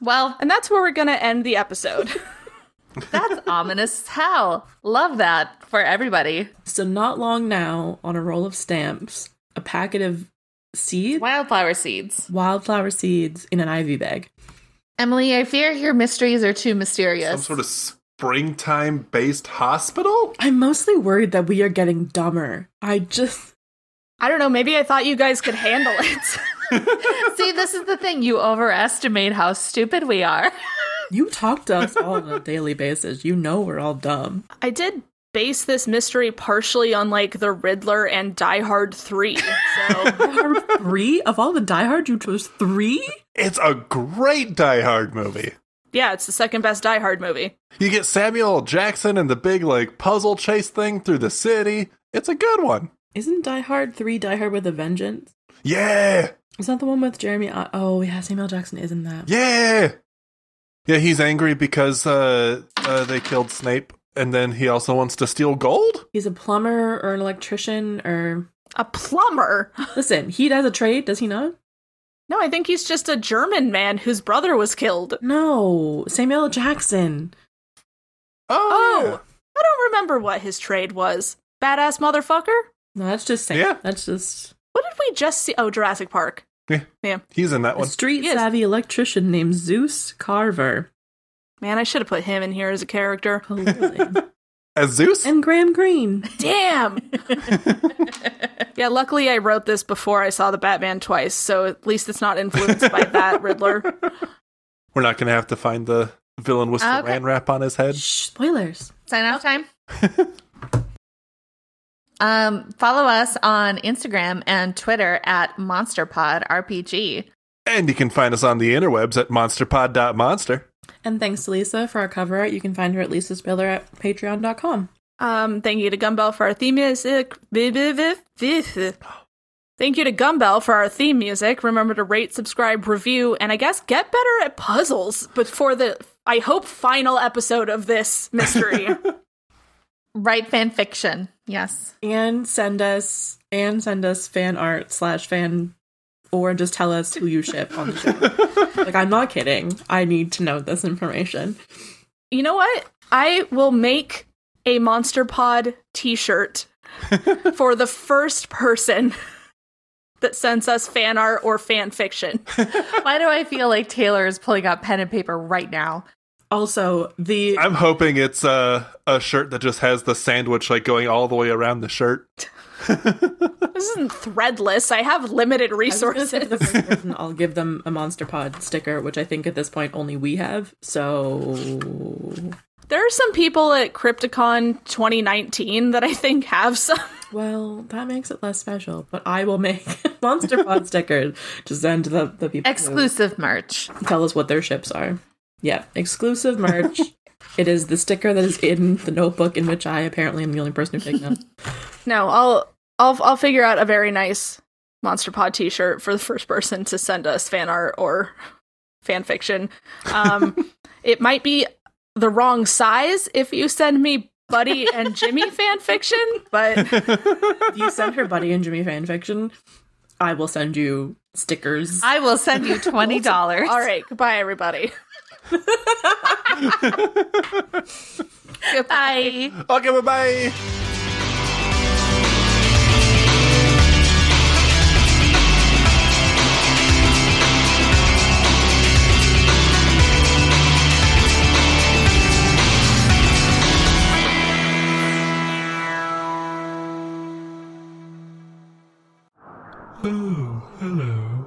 [SPEAKER 1] Well,
[SPEAKER 2] And that's where we're going to end the episode.
[SPEAKER 1] that's ominous as hell. Love that for everybody.
[SPEAKER 3] So not long now, on a roll of stamps, a packet of seeds,
[SPEAKER 1] Wildflower seeds.
[SPEAKER 3] wildflower seeds in an ivy bag.
[SPEAKER 1] Emily, I fear your mysteries are too
[SPEAKER 4] Some
[SPEAKER 1] mysterious.
[SPEAKER 4] sort of springtime based hospital?
[SPEAKER 3] I'm mostly worried that we are getting dumber. I just
[SPEAKER 2] I don't know. Maybe I thought you guys could handle it.
[SPEAKER 1] See, this is the thing. You overestimate how stupid we are.
[SPEAKER 3] you talk to us all on a daily basis. You know we're all dumb.
[SPEAKER 2] I did base this mystery partially on like the Riddler and Die Hard 3. So
[SPEAKER 3] Die Hard three of all the Die Hard, you chose three.
[SPEAKER 4] It's a great Die Hard movie.
[SPEAKER 2] yeah, it's the second best Die Hard movie.
[SPEAKER 4] You get Samuel L. Jackson and the big like puzzle chase thing through the city. It's a good one.
[SPEAKER 3] Isn't Die Hard three Die Hard with a Vengeance?
[SPEAKER 4] Yeah,
[SPEAKER 3] Is that the one with Jeremy? I- oh yeah, Samuel Jackson isn't that.
[SPEAKER 4] yeah, yeah. He's angry because uh, uh they killed Snape, and then he also wants to steal gold.
[SPEAKER 3] He's a plumber or an electrician or
[SPEAKER 2] A plumber?
[SPEAKER 3] listen. He does a trade, does he not?
[SPEAKER 2] No, I think he's just a German man whose brother was killed.
[SPEAKER 3] No, Samuel Jackson.
[SPEAKER 4] Oh,
[SPEAKER 2] I don't remember what his trade was. Badass motherfucker?
[SPEAKER 3] No, that's just Sam.
[SPEAKER 4] Yeah.
[SPEAKER 3] That's just
[SPEAKER 2] What did we just see? Oh, Jurassic Park.
[SPEAKER 4] he's in that
[SPEAKER 3] a
[SPEAKER 4] one.
[SPEAKER 3] street
[SPEAKER 2] Yes.
[SPEAKER 3] savvy electrician named Zeus Carver.
[SPEAKER 2] Man, I should have put him in here as a character.
[SPEAKER 3] Hilarious.
[SPEAKER 4] As Zeus.
[SPEAKER 3] and Graham Greene.
[SPEAKER 2] Damn! yeah, luckily I wrote this before I saw the Batman twice, so at least it's not influenced by that Riddler.
[SPEAKER 4] We're not gonna have to find the villain with the
[SPEAKER 1] Okay.
[SPEAKER 4] saran wrap on his head.
[SPEAKER 3] Shh, spoilers.
[SPEAKER 1] Sign off time. um, follow us on Instagram and Twitter at MonsterPodRPG.
[SPEAKER 4] And you can find us on the interwebs at monsterpod.monster.
[SPEAKER 3] And thanks to Lisa for our cover art. You can find her at Lisa's Spiller at patreon.com.
[SPEAKER 2] Um, thank you to Gumbel for our theme music. Thank you to Gumbel for our theme music. Remember to rate, subscribe, review, and I guess get better at puzzles before the I hope final episode of this mystery.
[SPEAKER 1] Write fan fiction. Yes.
[SPEAKER 3] And send us and send us fan art slash fan or just tell us who you ship on the show. like I'm not kidding. I need to know this information.
[SPEAKER 2] you know what? I will make a Monster Pod T-shirt for the first person that sends us fan art or fan fiction.
[SPEAKER 1] Why do I feel like Taylor is pulling out pen and paper right now?
[SPEAKER 3] Also, the
[SPEAKER 4] I'm hoping it's uh, a shirt that just has the sandwich like going all the way around the shirt.
[SPEAKER 2] This isn't threadless. I have limited
[SPEAKER 3] I was gonna say
[SPEAKER 2] resources.
[SPEAKER 3] for the first person, I'll give them a Monster Pod sticker, which I think at this point only we have. So,
[SPEAKER 2] There are some people at Crypticon 2019 that I think have some.
[SPEAKER 3] well, that makes it less special. But I will make Monster Pod stickers to send to the, the people who
[SPEAKER 1] Exclusive merch.
[SPEAKER 3] tell us what their ships are. Yeah, exclusive merch. it is the sticker that is in the notebook in which I apparently am the only person who picked up.
[SPEAKER 2] No, I'll I'll I'll figure out a very nice Monster Pod T-shirt for the first person to send us fan art or fan fiction. Um, it might be the wrong size if you send me Buddy and Jimmy fan fiction, but
[SPEAKER 3] if you send her Buddy and Jimmy fanfiction, I will send you stickers.
[SPEAKER 1] I will send you twenty dollars.
[SPEAKER 2] all right, goodbye everybody.
[SPEAKER 1] Bye.
[SPEAKER 4] Okay, bye bye.
[SPEAKER 5] Hello, hello.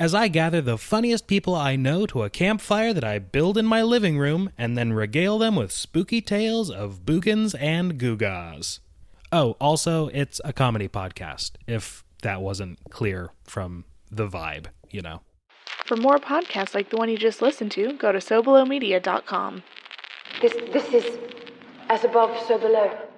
[SPEAKER 6] as I gather the funniest people I know to a campfire that I build in my living room and then regale them with spooky tales of boogans and gewgaws. Oh, also, it's a comedy podcast, if that wasn't clear from the vibe, you know.
[SPEAKER 2] For more podcasts like the one you just listened to, go to sobelomedia.com.
[SPEAKER 7] This this is a As above, so below.